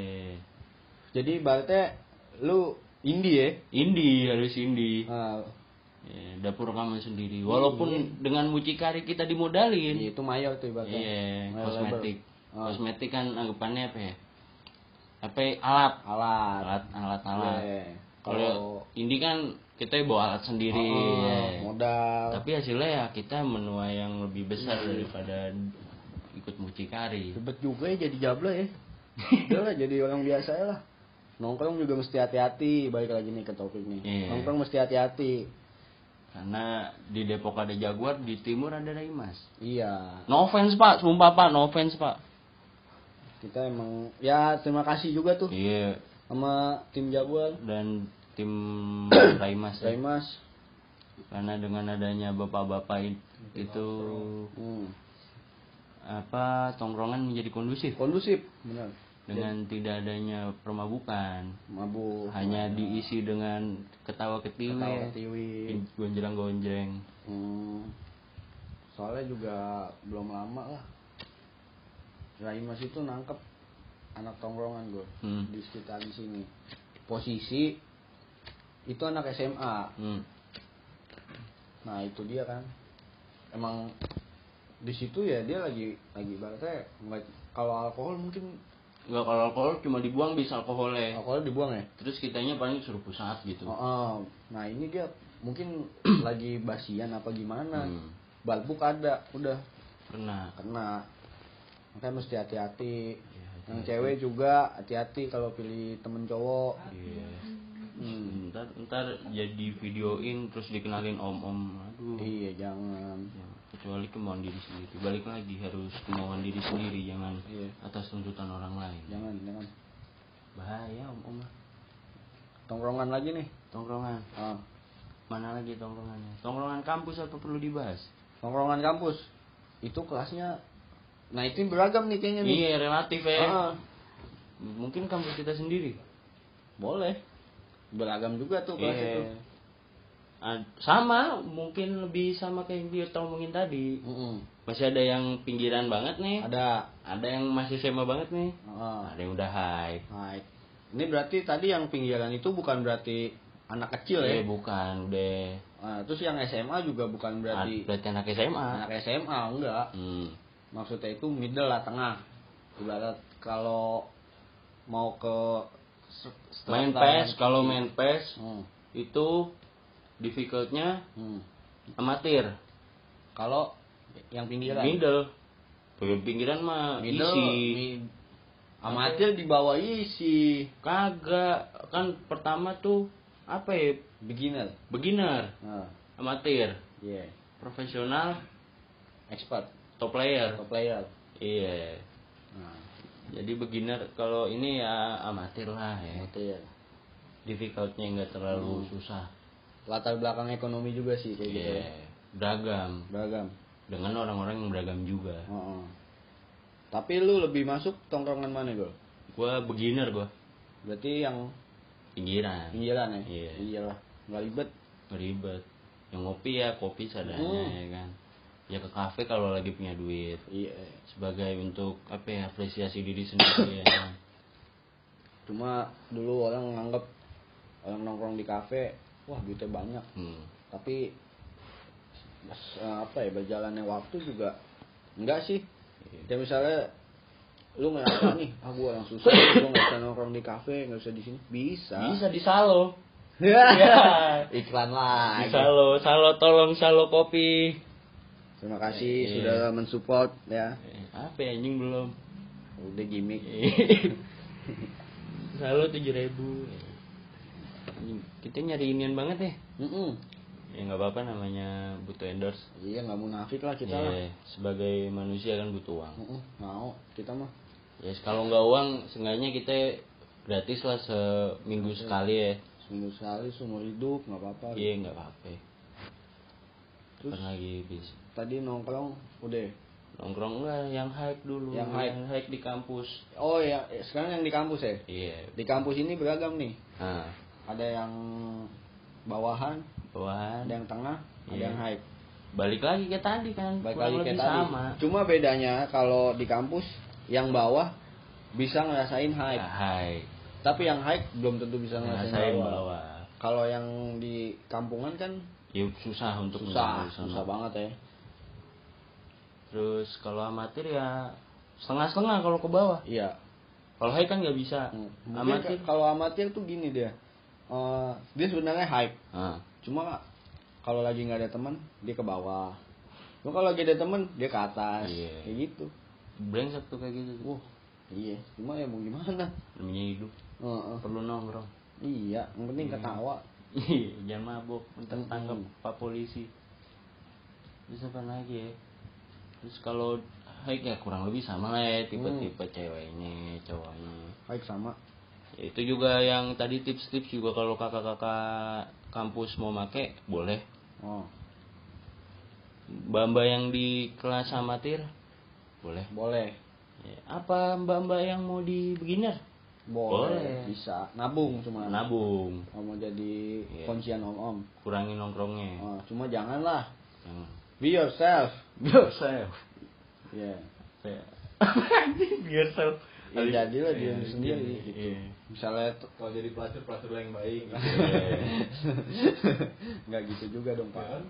Speaker 2: jadi berarti lu indie ya
Speaker 1: Indi harus indi.
Speaker 2: Ah,
Speaker 1: Ya, dapur kamu sendiri. Walaupun
Speaker 2: Iya.
Speaker 1: dengan mucikari kita dimodalin.
Speaker 2: itu mayor tuh ibaratnya
Speaker 1: Iya,
Speaker 2: Mayor
Speaker 1: kosmetik.
Speaker 2: label. Ah,
Speaker 1: Kosmetik kan anggapannya apa ya? Apa ya, alat?
Speaker 2: alat
Speaker 1: Alat, alat, alat.
Speaker 2: Iya.
Speaker 1: Kalau ini kan kita bawa alat sendiri.
Speaker 2: Oh,
Speaker 1: ya.
Speaker 2: modal
Speaker 1: Tapi hasilnya ya kita menua yang lebih
Speaker 2: Iya.
Speaker 1: besar daripada ikut mucikari.
Speaker 2: ribet juga ya jadi jabla ya udah lah jadi orang biasa ya lah nongkrong juga mesti hati-hati balik lagi nih ke topik nih
Speaker 1: Iya.
Speaker 2: nongkrong mesti hati-hati
Speaker 1: Karena di Depok ada Jaguar, di timur ada Raimas.
Speaker 2: Iya.
Speaker 1: No offense pak, sumpah pak, no offense pak.
Speaker 2: Kita emang ya terima kasih juga tuh
Speaker 1: Iya.
Speaker 2: sama tim Jaguar,
Speaker 1: Dan tim
Speaker 2: [coughs]
Speaker 1: Raimas. ya.
Speaker 2: Raimas.
Speaker 1: Karena dengan adanya bapak-bapak i- itu
Speaker 2: Hmm.
Speaker 1: apa tongkrongan menjadi kondusif
Speaker 2: Kondusif, benar.
Speaker 1: dengan tidak adanya permabukan.
Speaker 2: Mabuk.
Speaker 1: Hanya ya. diisi dengan ketawa ketiwi,
Speaker 2: Ketawa ketiwi.
Speaker 1: gonjang gonjeng.
Speaker 2: Hmm. Soalnya juga belum lama lah. Raimas itu nangkep anak tongkrongan gue
Speaker 1: Hmm.
Speaker 2: di sekitaran sini. Posisi itu anak SMA.
Speaker 1: Hmm.
Speaker 2: Nah itu dia kan. Emang di situ ya dia lagi lagi ibaratnya nggak kalau alkohol mungkin
Speaker 1: Nggak kalau alkohol cuma dibuang bis alkoholnya.
Speaker 2: alkohol dibuang ya.
Speaker 1: Terus kitanya paling suruh pusat gitu.
Speaker 2: Oh, oh. Nah ini dia
Speaker 1: [clears throat]
Speaker 2: mungkin lagi basian apa gimana.
Speaker 1: Hmm.
Speaker 2: Balbuk ada, udah
Speaker 1: Pernah.
Speaker 2: kena makanya mesti hati-hati
Speaker 1: hati-hati.
Speaker 2: yang cewek juga hati-hati kalau pilih temen cowok
Speaker 1: Iya. Hmm, ntar, ntar jadi videoin terus dikenalin om-om. Aduh.
Speaker 2: iya jangan
Speaker 1: Ya, kecuali kemauan diri sendiri. Balik lagi harus kemauan diri sendiri jangan
Speaker 2: Iya. Ya.
Speaker 1: atas tuntutan orang lain.
Speaker 2: jangan jangan
Speaker 1: Bahaya om-om. lah.
Speaker 2: tongkrongan lagi nih
Speaker 1: Tongkrongan.
Speaker 2: Ah,
Speaker 1: Mana lagi tongkrongannya? Tongkrongan kampus apa perlu dibahas?
Speaker 2: tongkrongan kampus itu kelasnya nah itu beragam nih kayaknya nih
Speaker 1: Iya, relatif ya.
Speaker 2: Ah,
Speaker 1: Mungkin kampus kita sendiri.
Speaker 2: boleh beragam juga tuh kelas itu
Speaker 1: Iya. Ah, sama, mungkin lebih sama kayak yang dia omongin tadi.
Speaker 2: Mm-mm.
Speaker 1: Masih ada yang pinggiran banget nih.
Speaker 2: ada
Speaker 1: Ada yang masih sema banget nih.
Speaker 2: ah.
Speaker 1: Ada yang udah hype.
Speaker 2: nah, ini berarti tadi yang pinggiran itu bukan berarti anak kecil ya
Speaker 1: Eh, bukan, udah
Speaker 2: Ah, terus yang SMA juga bukan
Speaker 1: berarti,
Speaker 2: berarti Nah.
Speaker 1: berarti anak SMA.
Speaker 2: anak SMA enggak
Speaker 1: Hmm.
Speaker 2: maksudnya itu middle lah tengah ibarat kalau mau ke se- strata
Speaker 1: Main
Speaker 2: yang
Speaker 1: PES, kalau
Speaker 2: kecil.
Speaker 1: main PES
Speaker 2: Hmm,
Speaker 1: itu difficultnya
Speaker 2: hmm.
Speaker 1: amatir,
Speaker 2: kalau yang pinggiran
Speaker 1: middle. Pemain pinggiran mah
Speaker 2: middle
Speaker 1: isi.
Speaker 2: mi- amatir di bawah isi
Speaker 1: Kagak, kan pertama tuh apa ya?
Speaker 2: beginner
Speaker 1: Beginner,
Speaker 2: nah
Speaker 1: amatir,
Speaker 2: yeah.
Speaker 1: profesional,
Speaker 2: expert
Speaker 1: top player.
Speaker 2: atau player
Speaker 1: Iya.
Speaker 2: nah
Speaker 1: Jadi beginner kalau ini ya amatir lah ya.
Speaker 2: amatir
Speaker 1: Difficultnya nggak terlalu susah.
Speaker 2: latar belakang ekonomi juga sih kayak Hmm. gitu ya.
Speaker 1: Iya. Beragam
Speaker 2: beragam
Speaker 1: dengan orang-orang yang beragam juga.
Speaker 2: Oh, oh. tapi lu lebih masuk tongkrongan mana gue
Speaker 1: Gua beginner gua.
Speaker 2: berarti yang
Speaker 1: Pinggiran.
Speaker 2: pinggiran ya
Speaker 1: Iya.
Speaker 2: iyalah nggak ribet
Speaker 1: Ribet. Yang ngopi ya kopi seadanya
Speaker 2: Hmm.
Speaker 1: ya kan. Ya ke kafe kalau lagi punya duit.
Speaker 2: iya
Speaker 1: Sebagai untuk apa ya apresiasi diri sendiri ya. kan.
Speaker 2: cuma dulu orang nganggep orang nongkrong di kafe wah duitnya banyak
Speaker 1: Hmm.
Speaker 2: tapi s- apa ya berjalannya waktu juga enggak sih
Speaker 1: Iya.
Speaker 2: kayak misalnya lu ngerasa nih ah gue orang susah gue nggak bisa nongkrong di kafe nggak bisa di sini bisa Iya.
Speaker 1: Bisa Iya. di salo. [laughs]
Speaker 2: iklan lah
Speaker 1: Di salo, salo tolong salo kopi.
Speaker 2: terima kasih
Speaker 1: Iya.
Speaker 2: sudah mensupport ya
Speaker 1: Eh, Apa ya anjing belum? [laughs]
Speaker 2: udah gimmick
Speaker 1: Iya. Selalu tujuh ribu. Kita nyari inian banget ya.
Speaker 2: Mm-mm.
Speaker 1: Ya nggak apa-apa namanya butuh endorse.
Speaker 2: iya nggak munafik lah kita lah
Speaker 1: Ya, sebagai manusia kan butuh uang.
Speaker 2: Mm-mm, mau kita mah
Speaker 1: Ya kalau nggak uang, seenggaknya kita gratis lah seminggu sekali ya.
Speaker 2: seminggu sekali seumur hidup nggak apa-apa
Speaker 1: Iya nggak apa-apa.
Speaker 2: Terus?
Speaker 1: Terus lagi bis
Speaker 2: tadi nongkrong udah
Speaker 1: nongkrong nggak yang hype dulu.
Speaker 2: Yang hype.
Speaker 1: di kampus.
Speaker 2: Oh ya, sekarang yang di kampus ya.
Speaker 1: Iya.
Speaker 2: Di kampus ini beragam nih.
Speaker 1: Nah,
Speaker 2: Ada yang bawahan,
Speaker 1: bawahan.
Speaker 2: ada yang tengah, ada
Speaker 1: Iya.
Speaker 2: yang hype.
Speaker 1: Balik lagi ke tadi kan.
Speaker 2: Baik
Speaker 1: kurang
Speaker 2: lagi kayak
Speaker 1: lebih
Speaker 2: tadi.
Speaker 1: sama.
Speaker 2: Cuma bedanya kalau di kampus yang bawah bisa ngerasain hype,
Speaker 1: Iya. Hai.
Speaker 2: tapi yang hype belum tentu
Speaker 1: Nah,
Speaker 2: bisa ngerasain
Speaker 1: Rasain
Speaker 2: bawah.
Speaker 1: bawah.
Speaker 2: Kalau yang di kampungan kan
Speaker 1: Ya susah untuk
Speaker 2: susah,
Speaker 1: mencapai sana.
Speaker 2: susah banget ya.
Speaker 1: Terus kalau amatir ya setengah-setengah kalau ke bawah.
Speaker 2: Iya.
Speaker 1: Kalau high kan nggak bisa.
Speaker 2: Hmm. Mungkin
Speaker 1: Amatir.
Speaker 2: ka- kalau amatir tuh gini dia. Eh, dia sebenarnya hype,
Speaker 1: Ah,
Speaker 2: cuma kalau lagi nggak ada teman dia ke bawah cuma kalau lagi ada teman dia ke atas
Speaker 1: Iya.
Speaker 2: kayak gitu
Speaker 1: brengsek tuh kayak gitu. Wah,
Speaker 2: iya cuma ya mau gimana
Speaker 1: namanya hidup
Speaker 2: Heeh.
Speaker 1: perlu nongkrong.
Speaker 2: iya yang penting ketawa
Speaker 1: jangan mabok ntar
Speaker 2: Mm-mm.
Speaker 1: tangkap pak polisi terus apa lagi ya terus kalau hike ya kurang lebih sama lah ya tipe-tipe
Speaker 2: Mm.
Speaker 1: ceweknya cowoknya Ya,
Speaker 2: Baik sama.
Speaker 1: itu juga yang tadi tips-tips juga kalau kakak-kakak kampus mau make boleh
Speaker 2: Oh,
Speaker 1: mbak-mbak yang di kelas amatir boleh
Speaker 2: boleh.
Speaker 1: Ya, apa mbak-mbak yang mau di beginner Boleh.
Speaker 2: Boleh. Bisa. Nabung cuma.
Speaker 1: nabung
Speaker 2: Kalau mau jadi
Speaker 1: Iya.
Speaker 2: kuncian om-om.
Speaker 1: kurangin nongkrongnya
Speaker 2: Oh, cuma janganlah.
Speaker 1: [laughs] Jangan.
Speaker 2: Be yourself.
Speaker 1: be yourself
Speaker 2: Iya.
Speaker 1: [laughs] Ya. be yourself
Speaker 2: Ya, jadilah diri
Speaker 1: Iya,
Speaker 2: sendiri,
Speaker 1: iya.
Speaker 2: gitu.
Speaker 1: Iya.
Speaker 2: Misalnya t-
Speaker 3: Kalau jadi pelacur, pelacur yang baik.
Speaker 2: nggak gitu juga dong, Pak.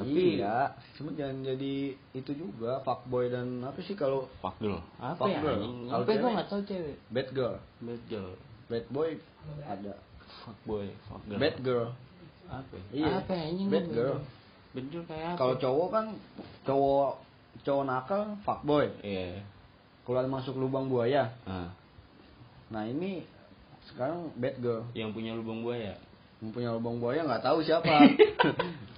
Speaker 1: Tapi-
Speaker 2: iya, cuma jangan jadi itu juga fuckboy dan apa sih kalau
Speaker 1: fuck girl apa
Speaker 2: Fuck
Speaker 1: ya
Speaker 2: girl.
Speaker 1: anjing?
Speaker 2: Kalau
Speaker 1: Sampai gua
Speaker 2: cewek.
Speaker 1: nggak tahu cewek
Speaker 2: bad girl,
Speaker 1: bad girl
Speaker 2: bad boy ada.
Speaker 1: fuck boy fuck girl
Speaker 2: Bad girl.
Speaker 1: apa ya?
Speaker 2: Iya.
Speaker 1: apa ya, anjing
Speaker 2: Bad girl.
Speaker 1: bad girl kayak apa
Speaker 2: Kalau cowok kan cowok cowok nakal fuckboy.
Speaker 1: iya
Speaker 2: Keluar masuk lubang buaya.
Speaker 1: Ah,
Speaker 2: Nah, ini sekarang bad girl.
Speaker 1: yang punya lubang ya. buaya
Speaker 2: Mempunyai lubang buaya nggak tahu [laughs] siapa.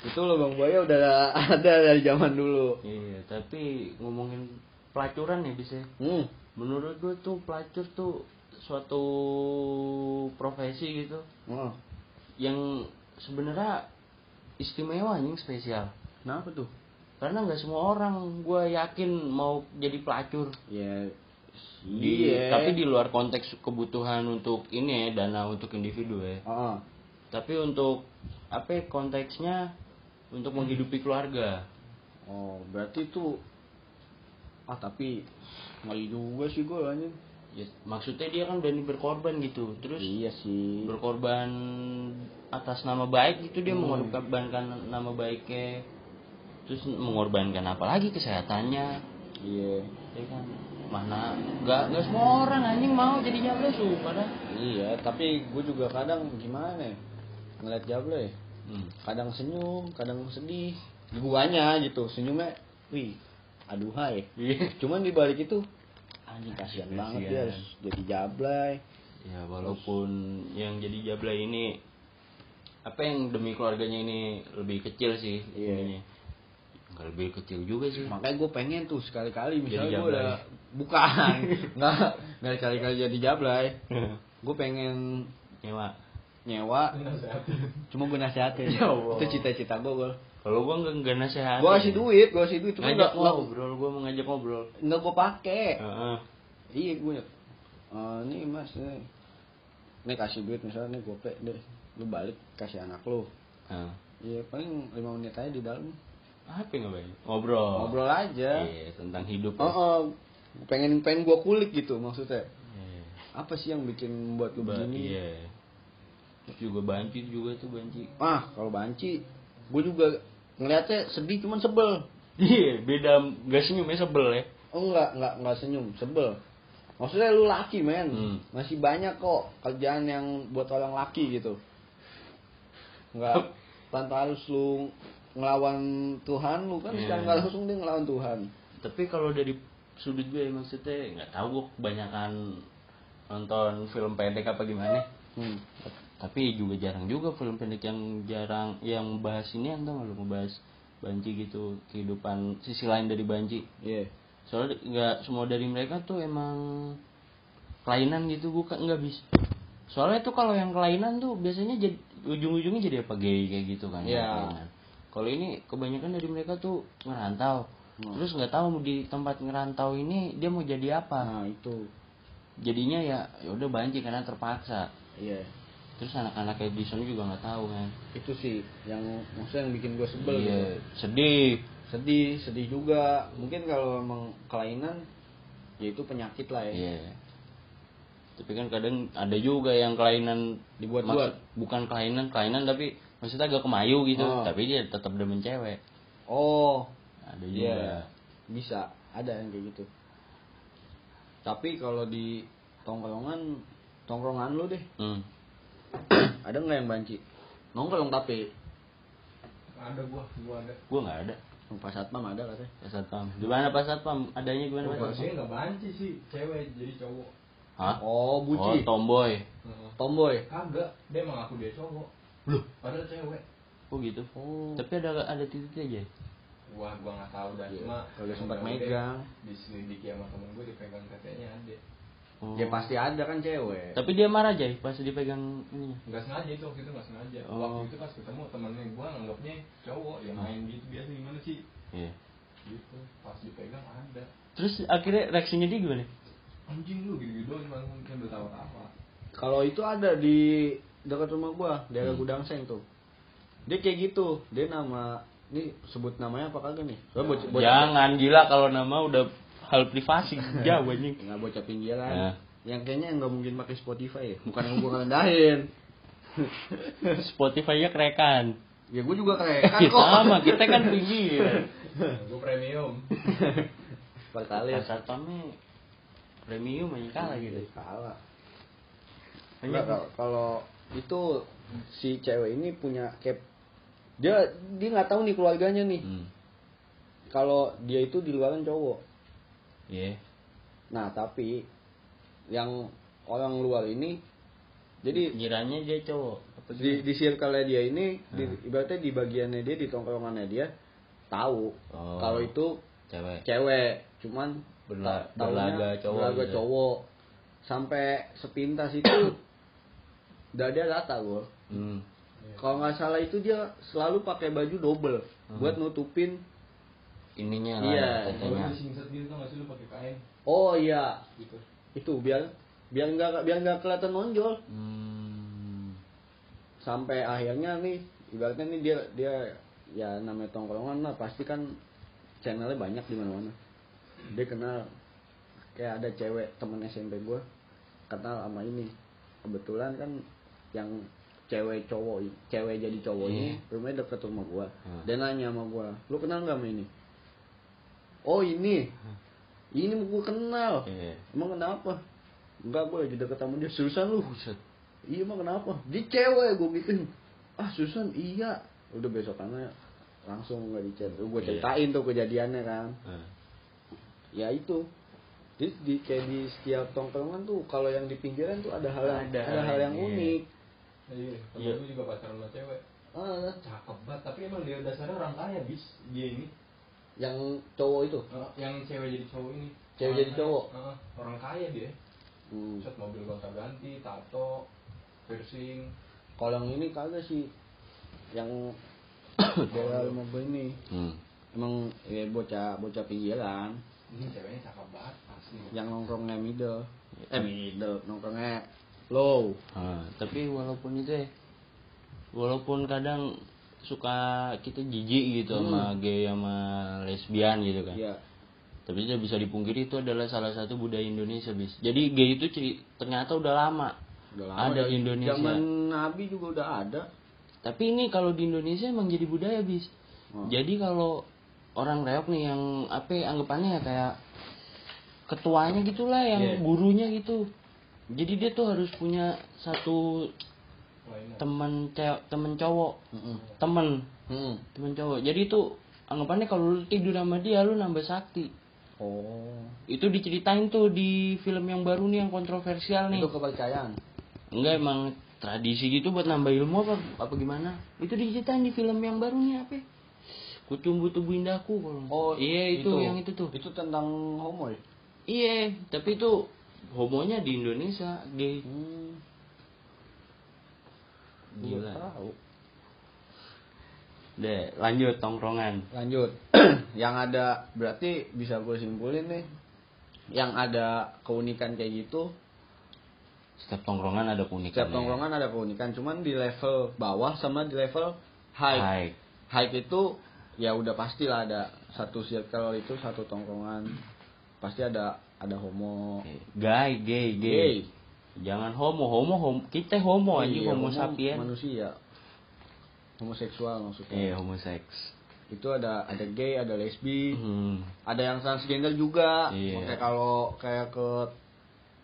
Speaker 2: itu lubang buaya udah ada dari zaman dulu.
Speaker 1: iya tapi ngomongin pelacuran ya bisa
Speaker 2: Hmm.
Speaker 1: menurut gue tuh pelacur tuh suatu profesi gitu
Speaker 2: Oh.
Speaker 1: yang sebenarnya istimewa anjing spesial
Speaker 2: Kenapa Nah, tuh?
Speaker 1: karena nggak semua orang gue yakin mau jadi pelacur
Speaker 2: Ya
Speaker 1: Di-
Speaker 2: iya.
Speaker 1: tapi di luar konteks kebutuhan untuk ini ya, dana untuk individu ya
Speaker 2: Heeh.
Speaker 1: tapi untuk apa ya, konteksnya untuk
Speaker 2: Hmm.
Speaker 1: menghidupi keluarga
Speaker 2: Oh, berarti itu ah tapi ngeri juga sih gue anjing.
Speaker 1: Ya, maksudnya dia kan berani berkorban gitu terus
Speaker 2: iya sih.
Speaker 1: berkorban atas nama baik itu
Speaker 2: Hmm.
Speaker 1: dia mengorbankan nama baiknya terus mengorbankan apalagi kesehatannya
Speaker 2: Iya.
Speaker 1: ya kan mana nggak nggak semua orang anjing mau jadi jablos lu pada
Speaker 2: Iya, tapi gue juga kadang gimana ya? Ngeliat Jablo ya.
Speaker 1: hmm.
Speaker 2: Kadang senyum, kadang sedih. Guanya gitu, senyumnya wih, aduhai. Cuman di balik itu anjing kasihan banget dia
Speaker 1: Iya. Kasihan.
Speaker 2: harus jadi jablay.
Speaker 1: ya walaupun yang jadi jabla ini apa yang demi keluarganya ini lebih kecil sih
Speaker 2: Iya.
Speaker 1: ininya. nggak lebih kecil juga sih [laughs]
Speaker 2: Makanya gue pengen tuh sekali-kali
Speaker 1: Jadi
Speaker 2: misalnya gue
Speaker 1: jablay.
Speaker 2: udah
Speaker 1: [laughs]
Speaker 2: bukan nggak nggak sekali-kali jadi jablay. Gue pengen
Speaker 1: nyewa
Speaker 2: nyewa cuma gue nasihatin
Speaker 1: Ya Allah.
Speaker 2: itu cita-cita gue gue
Speaker 1: kalau gua nggak nggak nasehat
Speaker 2: gue kasih duit gue kasih duit cuma
Speaker 1: ngajak
Speaker 2: nggak
Speaker 1: ngobrol gua mau ngajak ngobrol
Speaker 2: nggak gue pakai
Speaker 1: Heeh.
Speaker 2: iya gue Eh nih mas nih nih kasih duit misalnya nih gope deh lu balik kasih anak lu
Speaker 1: Heeh.
Speaker 2: iya paling lima menit aja di dalam
Speaker 1: apa yang nggak banyak ngobrol
Speaker 2: ngobrol
Speaker 1: Oh.
Speaker 2: aja
Speaker 1: Iya, tentang hidup
Speaker 2: oh, oh. pengen pengen gue kulik gitu maksudnya
Speaker 1: Iya.
Speaker 2: apa sih yang bikin buat lu
Speaker 1: Ba-
Speaker 2: begini
Speaker 1: iya terus juga banci juga tuh banci [laughs]
Speaker 2: ah kalau banci gue juga ngeliatnya sedih cuman sebel
Speaker 1: iya beda gak senyum ya sebel ya
Speaker 2: Oh enggak, enggak, enggak senyum, sebel. Maksudnya lu laki men,
Speaker 1: Hmm.
Speaker 2: masih banyak kok kerjaan yang buat orang laki gitu. Enggak, tanpa harus lu ngelawan Tuhan, lu kan
Speaker 1: Iya.
Speaker 2: secara nggak langsung dia ngelawan Tuhan.
Speaker 1: tapi kalau dari sudut gue maksudnya nggak tahu gue kebanyakan nonton film pendek apa gimana
Speaker 2: Hmm.
Speaker 1: tapi juga jarang juga film pendek yang jarang yang bahas ini entah nggak lu ngebahas banci gitu kehidupan sisi lain dari banci
Speaker 2: Iya.
Speaker 1: soalnya nggak semua dari mereka tuh emang kelainan gitu bukan nggak bisa soalnya tuh kalau yang kelainan tuh biasanya jadi ujung-ujungnya jadi apa gay kayak gitu kan
Speaker 2: Iya.
Speaker 1: kelainan. kalau ini kebanyakan dari mereka tuh ngerantau
Speaker 2: Hmm.
Speaker 1: terus nggak tahu di tempat ngerantau ini dia mau jadi apa
Speaker 2: Nah, itu.
Speaker 1: jadinya ya ya udah banci karena terpaksa
Speaker 2: Iya.
Speaker 1: terus anak-anaknya di sana juga nggak tahu kan
Speaker 2: Itu sih yang maksudnya yang bikin gue sebel
Speaker 1: Iya,
Speaker 2: gitu.
Speaker 1: sedih
Speaker 2: Sedih, sedih juga. Mungkin kalau emang kelainan ya itu penyakit lah ya.
Speaker 1: Iya. Tapi kan kadang ada juga yang kelainan
Speaker 2: Dibuat-buat.
Speaker 1: maksud- bukan kelainan, kelainan tapi maksudnya agak kemayu gitu,
Speaker 2: Oh.
Speaker 1: tapi dia tetap demen cewek.
Speaker 2: Oh,
Speaker 1: Ada juga.
Speaker 2: Iya. Bisa, ada yang kayak gitu. Tapi kalau di tongkrongan, tongkrongan lu deh,
Speaker 1: Hmm.
Speaker 2: [coughs] ada nggak yang banci? Nongkrong tapi
Speaker 3: Ada gua, gua ada.
Speaker 1: Gua nggak ada.
Speaker 2: yang pas satpam ada katanya.
Speaker 1: Pas satpam. Gimana pas satpam? Adanya gimana
Speaker 2: Oh,
Speaker 1: pas
Speaker 3: Gua
Speaker 1: satpam?
Speaker 3: sih nggak banci sih, cewek jadi cowok.
Speaker 1: Hah?
Speaker 2: Oh,
Speaker 1: Oh,
Speaker 2: buci.
Speaker 1: tomboy.
Speaker 3: Heeh.
Speaker 2: Tomboy.
Speaker 3: Kagak, dia mengaku dia cowok.
Speaker 1: Loh,
Speaker 3: padahal cewek
Speaker 1: oh gitu.
Speaker 2: Oh.
Speaker 1: Tapi ada ada titiknya aja. ya?
Speaker 3: wah gua nggak tahu dah
Speaker 2: Iya,
Speaker 3: cuma
Speaker 2: kagak sempat
Speaker 3: temen gue
Speaker 2: megang.
Speaker 3: diselidiki sama temen gue dipegang tetenya ada
Speaker 1: Oh.
Speaker 2: Ya pasti ada kan cewek.
Speaker 1: Tapi dia marah aja pas dipegang ininya.
Speaker 3: nggak sengaja itu waktu itu nggak sengaja
Speaker 1: Oh. Hmm.
Speaker 3: waktu itu pas ketemu temennya gue nganggapnya cowok ya main gitu biasa gimana sih
Speaker 1: Iya.
Speaker 3: gitu pas dipegang ada
Speaker 1: Terus akhirnya reaksinya dia gimana?
Speaker 3: anjing lu gitu gitu doang bang mungkin udah tahu
Speaker 2: [laughs]
Speaker 3: apa
Speaker 2: Kalau itu ada di dekat rumah gua, daerah
Speaker 1: Hmm.
Speaker 2: Gudang Seng tuh. Dia kayak gitu, dia nama ini sebut namanya apa kagak nih? Soalnya bocah bocah
Speaker 1: Jangan gila kalau nama udah hal privasi jauh anjing.
Speaker 2: [laughs] nggak bocah pinggiran.
Speaker 1: Ya.
Speaker 2: kan? Yang kayaknya nggak mungkin pakai Spotify ya. Bukan yang gua rendahin.
Speaker 1: Spotify-nya kerekan.
Speaker 2: ya gua juga
Speaker 1: [laughs] Kita
Speaker 2: kayak
Speaker 1: Iya, sama, kita kan pinggiran.
Speaker 3: gue premium
Speaker 2: Pertalis.
Speaker 1: Pasar Tommy premium aja kalah gitu.
Speaker 2: Kalah.
Speaker 1: Hanya
Speaker 2: Enggak, kalau- kalau itu si cewek ini punya cap dia dia nggak tahu nih keluarganya nih
Speaker 1: Hmm.
Speaker 2: kalau dia itu di luaran cowok
Speaker 1: Iya.
Speaker 2: nah tapi yang orang luar ini jadi
Speaker 1: Kiranya dia cowok. Apa
Speaker 2: di
Speaker 1: gimana?
Speaker 2: di circle dia ini di,
Speaker 1: Hmm.
Speaker 2: ibaratnya di bagiannya dia di tongkrongannya dia tahu
Speaker 1: Oh.
Speaker 2: kalau itu
Speaker 1: cewek.
Speaker 2: cewek cuman
Speaker 1: Berla-
Speaker 2: ta- taunya
Speaker 1: berlaga cowok
Speaker 2: berlaga
Speaker 1: gitu.
Speaker 2: cowok sampai sepintas itu [coughs] dada rata gua
Speaker 1: Hmm.
Speaker 2: Kalau nggak salah itu dia selalu pakai baju double
Speaker 1: Hmm.
Speaker 2: buat nutupin.
Speaker 1: Ininya
Speaker 2: Iya.
Speaker 1: lah
Speaker 3: gue
Speaker 1: katanya.
Speaker 3: masih singset gitu tau nggak sih lu pakai kain
Speaker 2: Oh iya,
Speaker 3: gitu
Speaker 2: itu biar biar nggak biar nggak kelihatan nonjol.
Speaker 1: Hmm.
Speaker 2: Sampai akhirnya nih, ibaratnya nih dia dia ya namanya tongkrongan lah pasti kan channelnya banyak di mana-mana. Dia kenal kayak ada cewek temen SMP gue kenal sama ini. Kebetulan kan yang cewek cowok cewek jadi cowok ini
Speaker 1: Iya.
Speaker 2: rumahnya deket rumah gua
Speaker 1: Hmm.
Speaker 2: dia nanya sama gua lu kenal nggak sama ini Oh ini, ini gue kenal.
Speaker 1: Iya.
Speaker 2: Emang kenapa? Enggak gue lagi deket sama dia. Susan lu?
Speaker 1: Uh, Buset.
Speaker 2: Iya emang kenapa? Dia cewek gue gituin. Ah Susan iya. Udah besokannya langsung nggak dicet. Gue
Speaker 1: Iya.
Speaker 2: ceritain tuh kejadiannya kan.
Speaker 1: Hmm.
Speaker 2: Ya itu. Jadi di, kayak di setiap tongkrongan tuh kalau yang di pinggiran tuh ada hal yang,
Speaker 1: Ada
Speaker 2: ada,
Speaker 1: hal
Speaker 2: hal yang
Speaker 1: yang- iya.
Speaker 2: unik.
Speaker 3: iya temen
Speaker 1: Iya.
Speaker 3: gue juga pacaran sama cewek
Speaker 2: Ah,
Speaker 3: cakep banget tapi emang dia dasarnya orang kaya bis dia ini
Speaker 2: yang cowok itu.
Speaker 3: Eh, yang cewek jadi cowok ini
Speaker 2: Cewek
Speaker 3: Orang
Speaker 2: jadi
Speaker 3: kaya.
Speaker 2: cowok?
Speaker 3: Eh, orang kaya dia
Speaker 2: Hmm.
Speaker 3: Set mobil gonta ganti, tato, piercing,
Speaker 2: Kalau yang ini kagak sih. Yang daerah rumah gue ini.
Speaker 1: Hmm.
Speaker 2: Emang ya, bocah bocah pinggiran.
Speaker 3: ini ceweknya cakep banget asli.
Speaker 2: yang nongkrongnya middle eh middle nongkrongnya low
Speaker 1: Ah, tapi walaupun itu ya, walaupun kadang suka kita jijik gitu sama gay sama lesbian gitu kan.
Speaker 2: ya
Speaker 1: Tapi tidak bisa dipungkiri itu adalah salah satu budaya Indonesia bis. Jadi gay itu ceri- ternyata udah lama.
Speaker 2: udah lama
Speaker 1: ada
Speaker 2: dari
Speaker 1: di Indonesia.
Speaker 2: zaman nabi juga udah ada
Speaker 1: Tapi ini kalau di Indonesia emang jadi budaya bis.
Speaker 2: Hmm.
Speaker 1: Jadi kalau orang reok nih yang apa ya, anggapannya ya kayak ketuanya gitulah yang
Speaker 3: Iya.
Speaker 1: gurunya gitu. Jadi dia tuh harus punya satu
Speaker 3: Lainnya.
Speaker 1: teman ce- temen cowok
Speaker 2: Mm-mm.
Speaker 1: temen
Speaker 2: Mm.
Speaker 1: temen cowok jadi itu anggapannya kalau lu tidur sama dia lu nambah sakti
Speaker 2: oh
Speaker 1: itu diceritain tuh di film yang baru nih yang kontroversial nih
Speaker 2: itu kepercayaan
Speaker 1: enggak emang tradisi gitu buat nambah ilmu apa apa gimana itu diceritain di film yang baru nih apa ya? kucumbu tubuh indahku kalau nggak salah. iya itu, yang itu tuh
Speaker 2: Oh, itu tentang homo ya
Speaker 1: iya tapi itu homonya di Indonesia gay
Speaker 2: hmm.
Speaker 1: gila
Speaker 2: nggak tahu.
Speaker 1: deh lanjut tongkrongan
Speaker 2: lanjut [clears throat] yang ada berarti bisa gue simpulin nih yang ada keunikan kayak gitu
Speaker 1: setiap tongkrongan ada keunikan
Speaker 2: setiap tongkrongan ada keunikan cuman di level bawah sama di level high
Speaker 1: Hai.
Speaker 2: Hike itu ya udah pastilah ada satu circle itu satu tongkrongan pasti ada ada homo
Speaker 1: Gay, gay, gay.
Speaker 2: Gay.
Speaker 1: Jangan homo, homo, homo. Kita homo aja,
Speaker 2: Iya,
Speaker 1: homo, sapien.
Speaker 2: manusia homoseksual maksudnya
Speaker 1: Eh, homo seks.
Speaker 2: itu ada ada gay ada lesbi
Speaker 1: Hmm.
Speaker 2: ada yang transgender juga
Speaker 1: Iya.
Speaker 2: kayak kalau kayak ke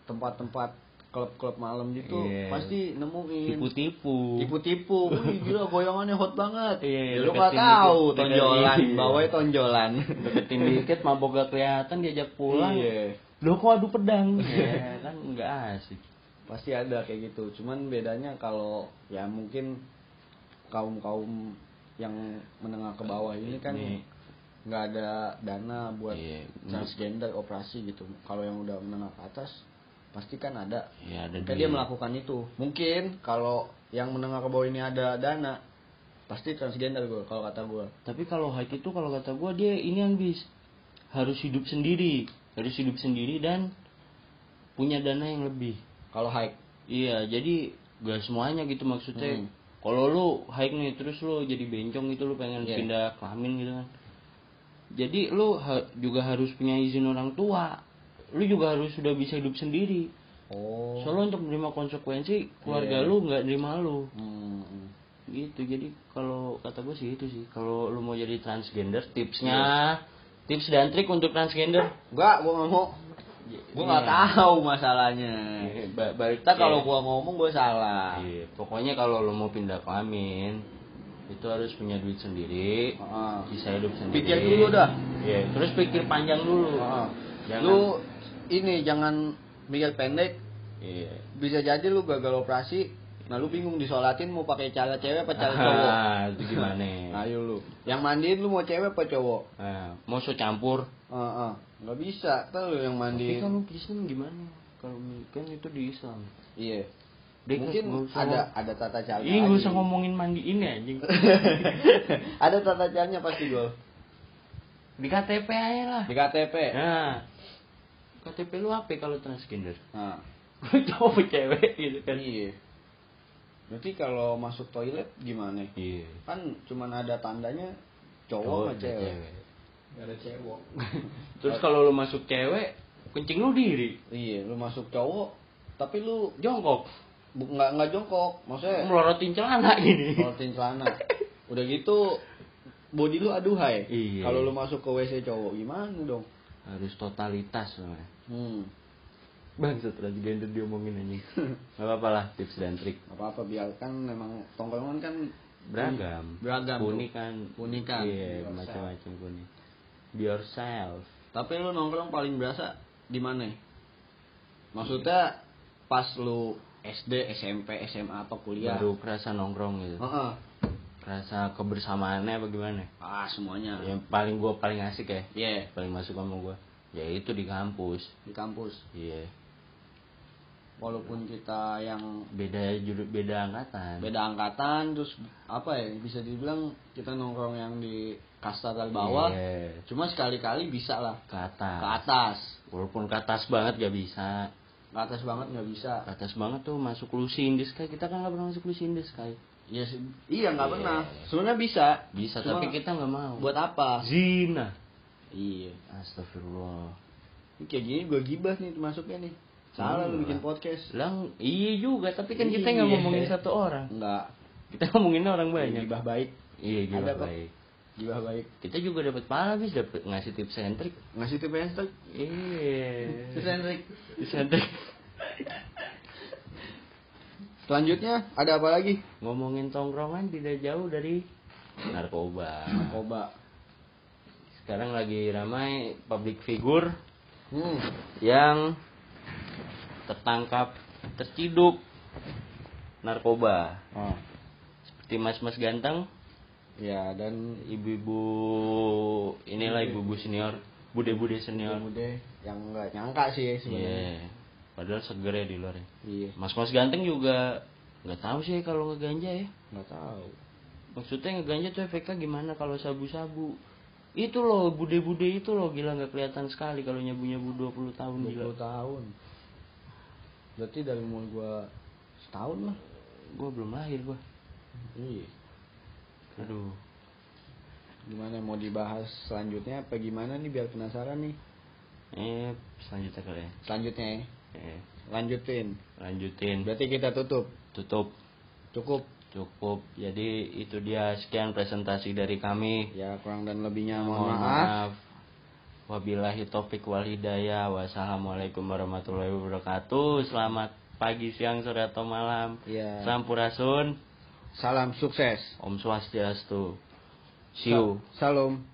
Speaker 2: tempat-tempat klub-klub malam gitu
Speaker 1: Iya.
Speaker 2: pasti nemuin
Speaker 1: Tipu-tipu.
Speaker 2: tipu-tipu Wih, gila goyangannya hot banget
Speaker 1: Iya, iya,
Speaker 2: ya, lu
Speaker 1: deketin
Speaker 2: nggak tahu
Speaker 1: dikit.
Speaker 2: tonjolan
Speaker 1: Iya.
Speaker 2: bawahnya tonjolan
Speaker 1: Deketin dikit, mabok gak kelihatan, diajak pulang.
Speaker 2: Iya.
Speaker 1: Loh kok adu
Speaker 2: [laughs]
Speaker 1: pedang? ya, kan nggak asik.
Speaker 2: pasti ada kayak gitu cuman bedanya kalau ya mungkin kaum kaum yang menengah ke bawah ini kan
Speaker 1: Ini.
Speaker 2: nggak ada dana buat
Speaker 1: Iya,
Speaker 2: transgender operasi gitu kalau yang udah menengah ke atas pasti kan ada
Speaker 1: Iya, ada
Speaker 2: Maka
Speaker 1: di-
Speaker 2: dia melakukan itu mungkin kalau yang menengah ke bawah ini ada dana pasti transgender gue kalau kata gue
Speaker 1: Tapi kalau hak itu kalau kata gua dia ini yang bis harus hidup sendiri, harus hidup sendiri dan punya dana yang lebih.
Speaker 2: kalau hike
Speaker 1: Iya, jadi gak semuanya gitu maksudnya.
Speaker 2: Hmm.
Speaker 1: Kalau lu hike nih terus lu jadi bencong gitu lu pengen
Speaker 2: Iya.
Speaker 1: pindah kelamin gitu kan. Jadi lu ha- juga harus punya izin orang tua. Lu juga harus sudah bisa hidup sendiri.
Speaker 2: oh
Speaker 1: Soalnya untuk menerima konsekuensi keluarga
Speaker 2: Iya.
Speaker 1: lu nggak nerima lu
Speaker 2: Hmm, hmm.
Speaker 1: gitu jadi kalau kata gue sih itu sih kalau lu mau jadi transgender tipsnya
Speaker 2: Iya.
Speaker 1: tips dan trik untuk transgender
Speaker 2: Enggak, gue nggak mau. Gue nggak
Speaker 1: Iya.
Speaker 2: tahu masalahnya.
Speaker 1: Iya, ba- balik
Speaker 2: Kita
Speaker 1: ke-
Speaker 2: kalau gue ngomong gue salah.
Speaker 1: Iya, pokoknya kalau lu mau pindah kelamin itu harus punya duit sendiri
Speaker 2: Heeh.
Speaker 1: bisa hidup sendiri
Speaker 2: Pikir dulu dah.
Speaker 1: Iya, terus pikir panjang dulu
Speaker 2: Heeh.
Speaker 1: Jangan-
Speaker 2: Lu ini jangan mikir pendek.
Speaker 1: iya
Speaker 2: Bisa jadi lu gagal operasi. Nah lu bingung disolatin mau pakai cara cewek apa cara cowok.
Speaker 1: [laughs] Ah, itu gimana
Speaker 2: [laughs] Ayo lu. Yang mandiin lu mau cewek apa cowok?
Speaker 1: Ah, mau so campur
Speaker 2: Heeh. Nggak bisa. Ntar lu
Speaker 1: tapi
Speaker 2: yang
Speaker 1: kan
Speaker 2: mandiin.
Speaker 1: lu Kristen gimana kalau kan itu di Islam
Speaker 2: Iya.
Speaker 1: Dia nggak
Speaker 2: Mungkin
Speaker 1: usah
Speaker 2: ada ada tata cara.
Speaker 1: Ih, gak usah ngomongin mandiin ya anjing.
Speaker 2: [laughs] ada tata caranya pasti gue.
Speaker 1: Di KTP aja lah.
Speaker 2: Di KTP.
Speaker 1: Nah, KTP lu apa kalau transgender? [laughs]
Speaker 2: Nah.
Speaker 1: Gue cowok cewek gitu kan.
Speaker 2: Iya. Berarti kalau masuk toilet gimana?
Speaker 1: Iya.
Speaker 2: Kan cuman ada tandanya
Speaker 1: Cowok
Speaker 2: cowok sama
Speaker 1: dan
Speaker 2: cewek.
Speaker 3: Gak ada cewek.
Speaker 1: Terus kalau lu masuk cewek, kencing lu diri,
Speaker 2: Iya, lu masuk cowok tapi lu
Speaker 1: jongkok,
Speaker 2: bu- nggak nggak jongkok,
Speaker 1: Eh.
Speaker 2: maksudnya
Speaker 1: melorotin celana gini.
Speaker 2: ngorotin celana. Udah gitu body lu aduhai.
Speaker 1: Iya.
Speaker 2: Kalau lu masuk ke WC cowok gimana dong?
Speaker 1: Harus totalitas namanya.
Speaker 2: Hmm.
Speaker 1: Bangsat transgender diomongin anjing. Gak apa-apa lah tips dan trik.
Speaker 2: nggak Apa-apa biarkan memang tongkrongan kan
Speaker 1: Beragam.
Speaker 2: Beragam, tuh.
Speaker 1: Kuning kan.
Speaker 2: Kuning kan.
Speaker 1: Iya, macam-macam kuning. Be yourself.
Speaker 2: Tapi lu nongkrong paling berasa di mana? Maksudnya pas lu SD, SMP, SMA apa kuliah?
Speaker 1: Baru kerasa nongkrong gitu.
Speaker 2: Heeh.
Speaker 1: Kerasa kebersamaannya apa gimana?
Speaker 2: Ah, semuanya. Iya,
Speaker 1: Yang paling gua paling asik ya. paling masuk sama gue ya itu di kampus
Speaker 2: di kampus.
Speaker 1: iya
Speaker 2: Walaupun kita yang
Speaker 1: beda juru beda angkatan
Speaker 2: beda angkatan terus apa ya bisa dibilang kita nongkrong yang di kasta terbawah.
Speaker 1: Iya. Ah.
Speaker 2: Cuma sekali-kali bisa lah
Speaker 1: ke atas
Speaker 2: ke atas.
Speaker 1: walaupun ke atas banget gak bisa
Speaker 2: Ke atas banget nggak bisa.
Speaker 1: ke atas banget tuh masuk lusi indis sky kita kan gak pernah masuk lusi indis sky
Speaker 2: Iya, sih. iya nggak
Speaker 1: Iya.
Speaker 2: pernah. Sebenarnya bisa.
Speaker 1: bisa
Speaker 2: Cuma
Speaker 1: tapi kita nggak mau
Speaker 2: buat apa?
Speaker 1: zina
Speaker 2: Iya.
Speaker 1: astagfirullah
Speaker 2: Ini Kayak gini gue gibah nih masuknya nih. Salah
Speaker 1: Iya.
Speaker 2: lu bikin podcast.
Speaker 1: lang iya juga tapi kan kita nggak
Speaker 2: Iya.
Speaker 1: ngomongin satu orang
Speaker 2: Enggak.
Speaker 1: kita ngomongin orang banyak
Speaker 2: Gibah baik.
Speaker 1: iya
Speaker 2: Ada
Speaker 1: gila
Speaker 2: kok.
Speaker 1: baik
Speaker 2: Gibah baik.
Speaker 1: kita juga dapat pahala bis dapat ngasih tips and trick
Speaker 2: Ngasih tips and trick.
Speaker 1: iya
Speaker 2: Tips and trick.
Speaker 1: tips and trick
Speaker 2: Selanjutnya ada apa lagi?
Speaker 1: ngomongin tongkrongan tidak jauh dari narkoba.
Speaker 2: Narkoba.
Speaker 1: Sekarang lagi ramai public figure
Speaker 2: Hmm.
Speaker 1: yang tertangkap terciduk narkoba.
Speaker 2: Oh.
Speaker 1: Seperti mas-mas ganteng,
Speaker 2: Ya dan
Speaker 1: ibu-ibu inilah ibu-ibu senior, bude-bude senior.
Speaker 2: muda yang nggak nyangka sih sebenarnya.
Speaker 1: Iya. Padahal seger ya di luar. ya.
Speaker 2: Iya.
Speaker 1: Mas-mas ganteng juga nggak tahu sih kalau ngeganja ya.
Speaker 2: Nggak tahu.
Speaker 1: Maksudnya ngeganja tuh efeknya gimana kalau sabu-sabu? Itu loh, bude-bude itu loh gila nggak kelihatan sekali kalau nyabu-nyabu 20 tahun gila.
Speaker 2: 20 tahun. Berarti dari umur gua setahun lah.
Speaker 1: Gua belum lahir gua.
Speaker 2: Iya.
Speaker 1: Aduh.
Speaker 2: Gimana mau dibahas selanjutnya apa gimana nih biar penasaran nih.
Speaker 1: Eh, selanjutnya kali ya.
Speaker 2: Selanjutnya ya.
Speaker 1: Eh,
Speaker 2: Lanjutin.
Speaker 1: lanjutin.
Speaker 2: Berarti kita tutup.
Speaker 1: Tutup.
Speaker 2: Cukup.
Speaker 1: Cukup. Jadi itu dia sekian presentasi dari kami.
Speaker 2: Ya kurang dan lebihnya
Speaker 1: Mohon
Speaker 2: mohon maaf.
Speaker 1: Wabillahi taufik wal hidayah. Wassalamualaikum warahmatullahi wabarakatuh. Selamat pagi, siang, sore atau malam.
Speaker 2: Iya.
Speaker 1: Sampurasun.
Speaker 2: Salam sukses.
Speaker 1: Om Swastiastu. See you.
Speaker 2: Sa- Salam.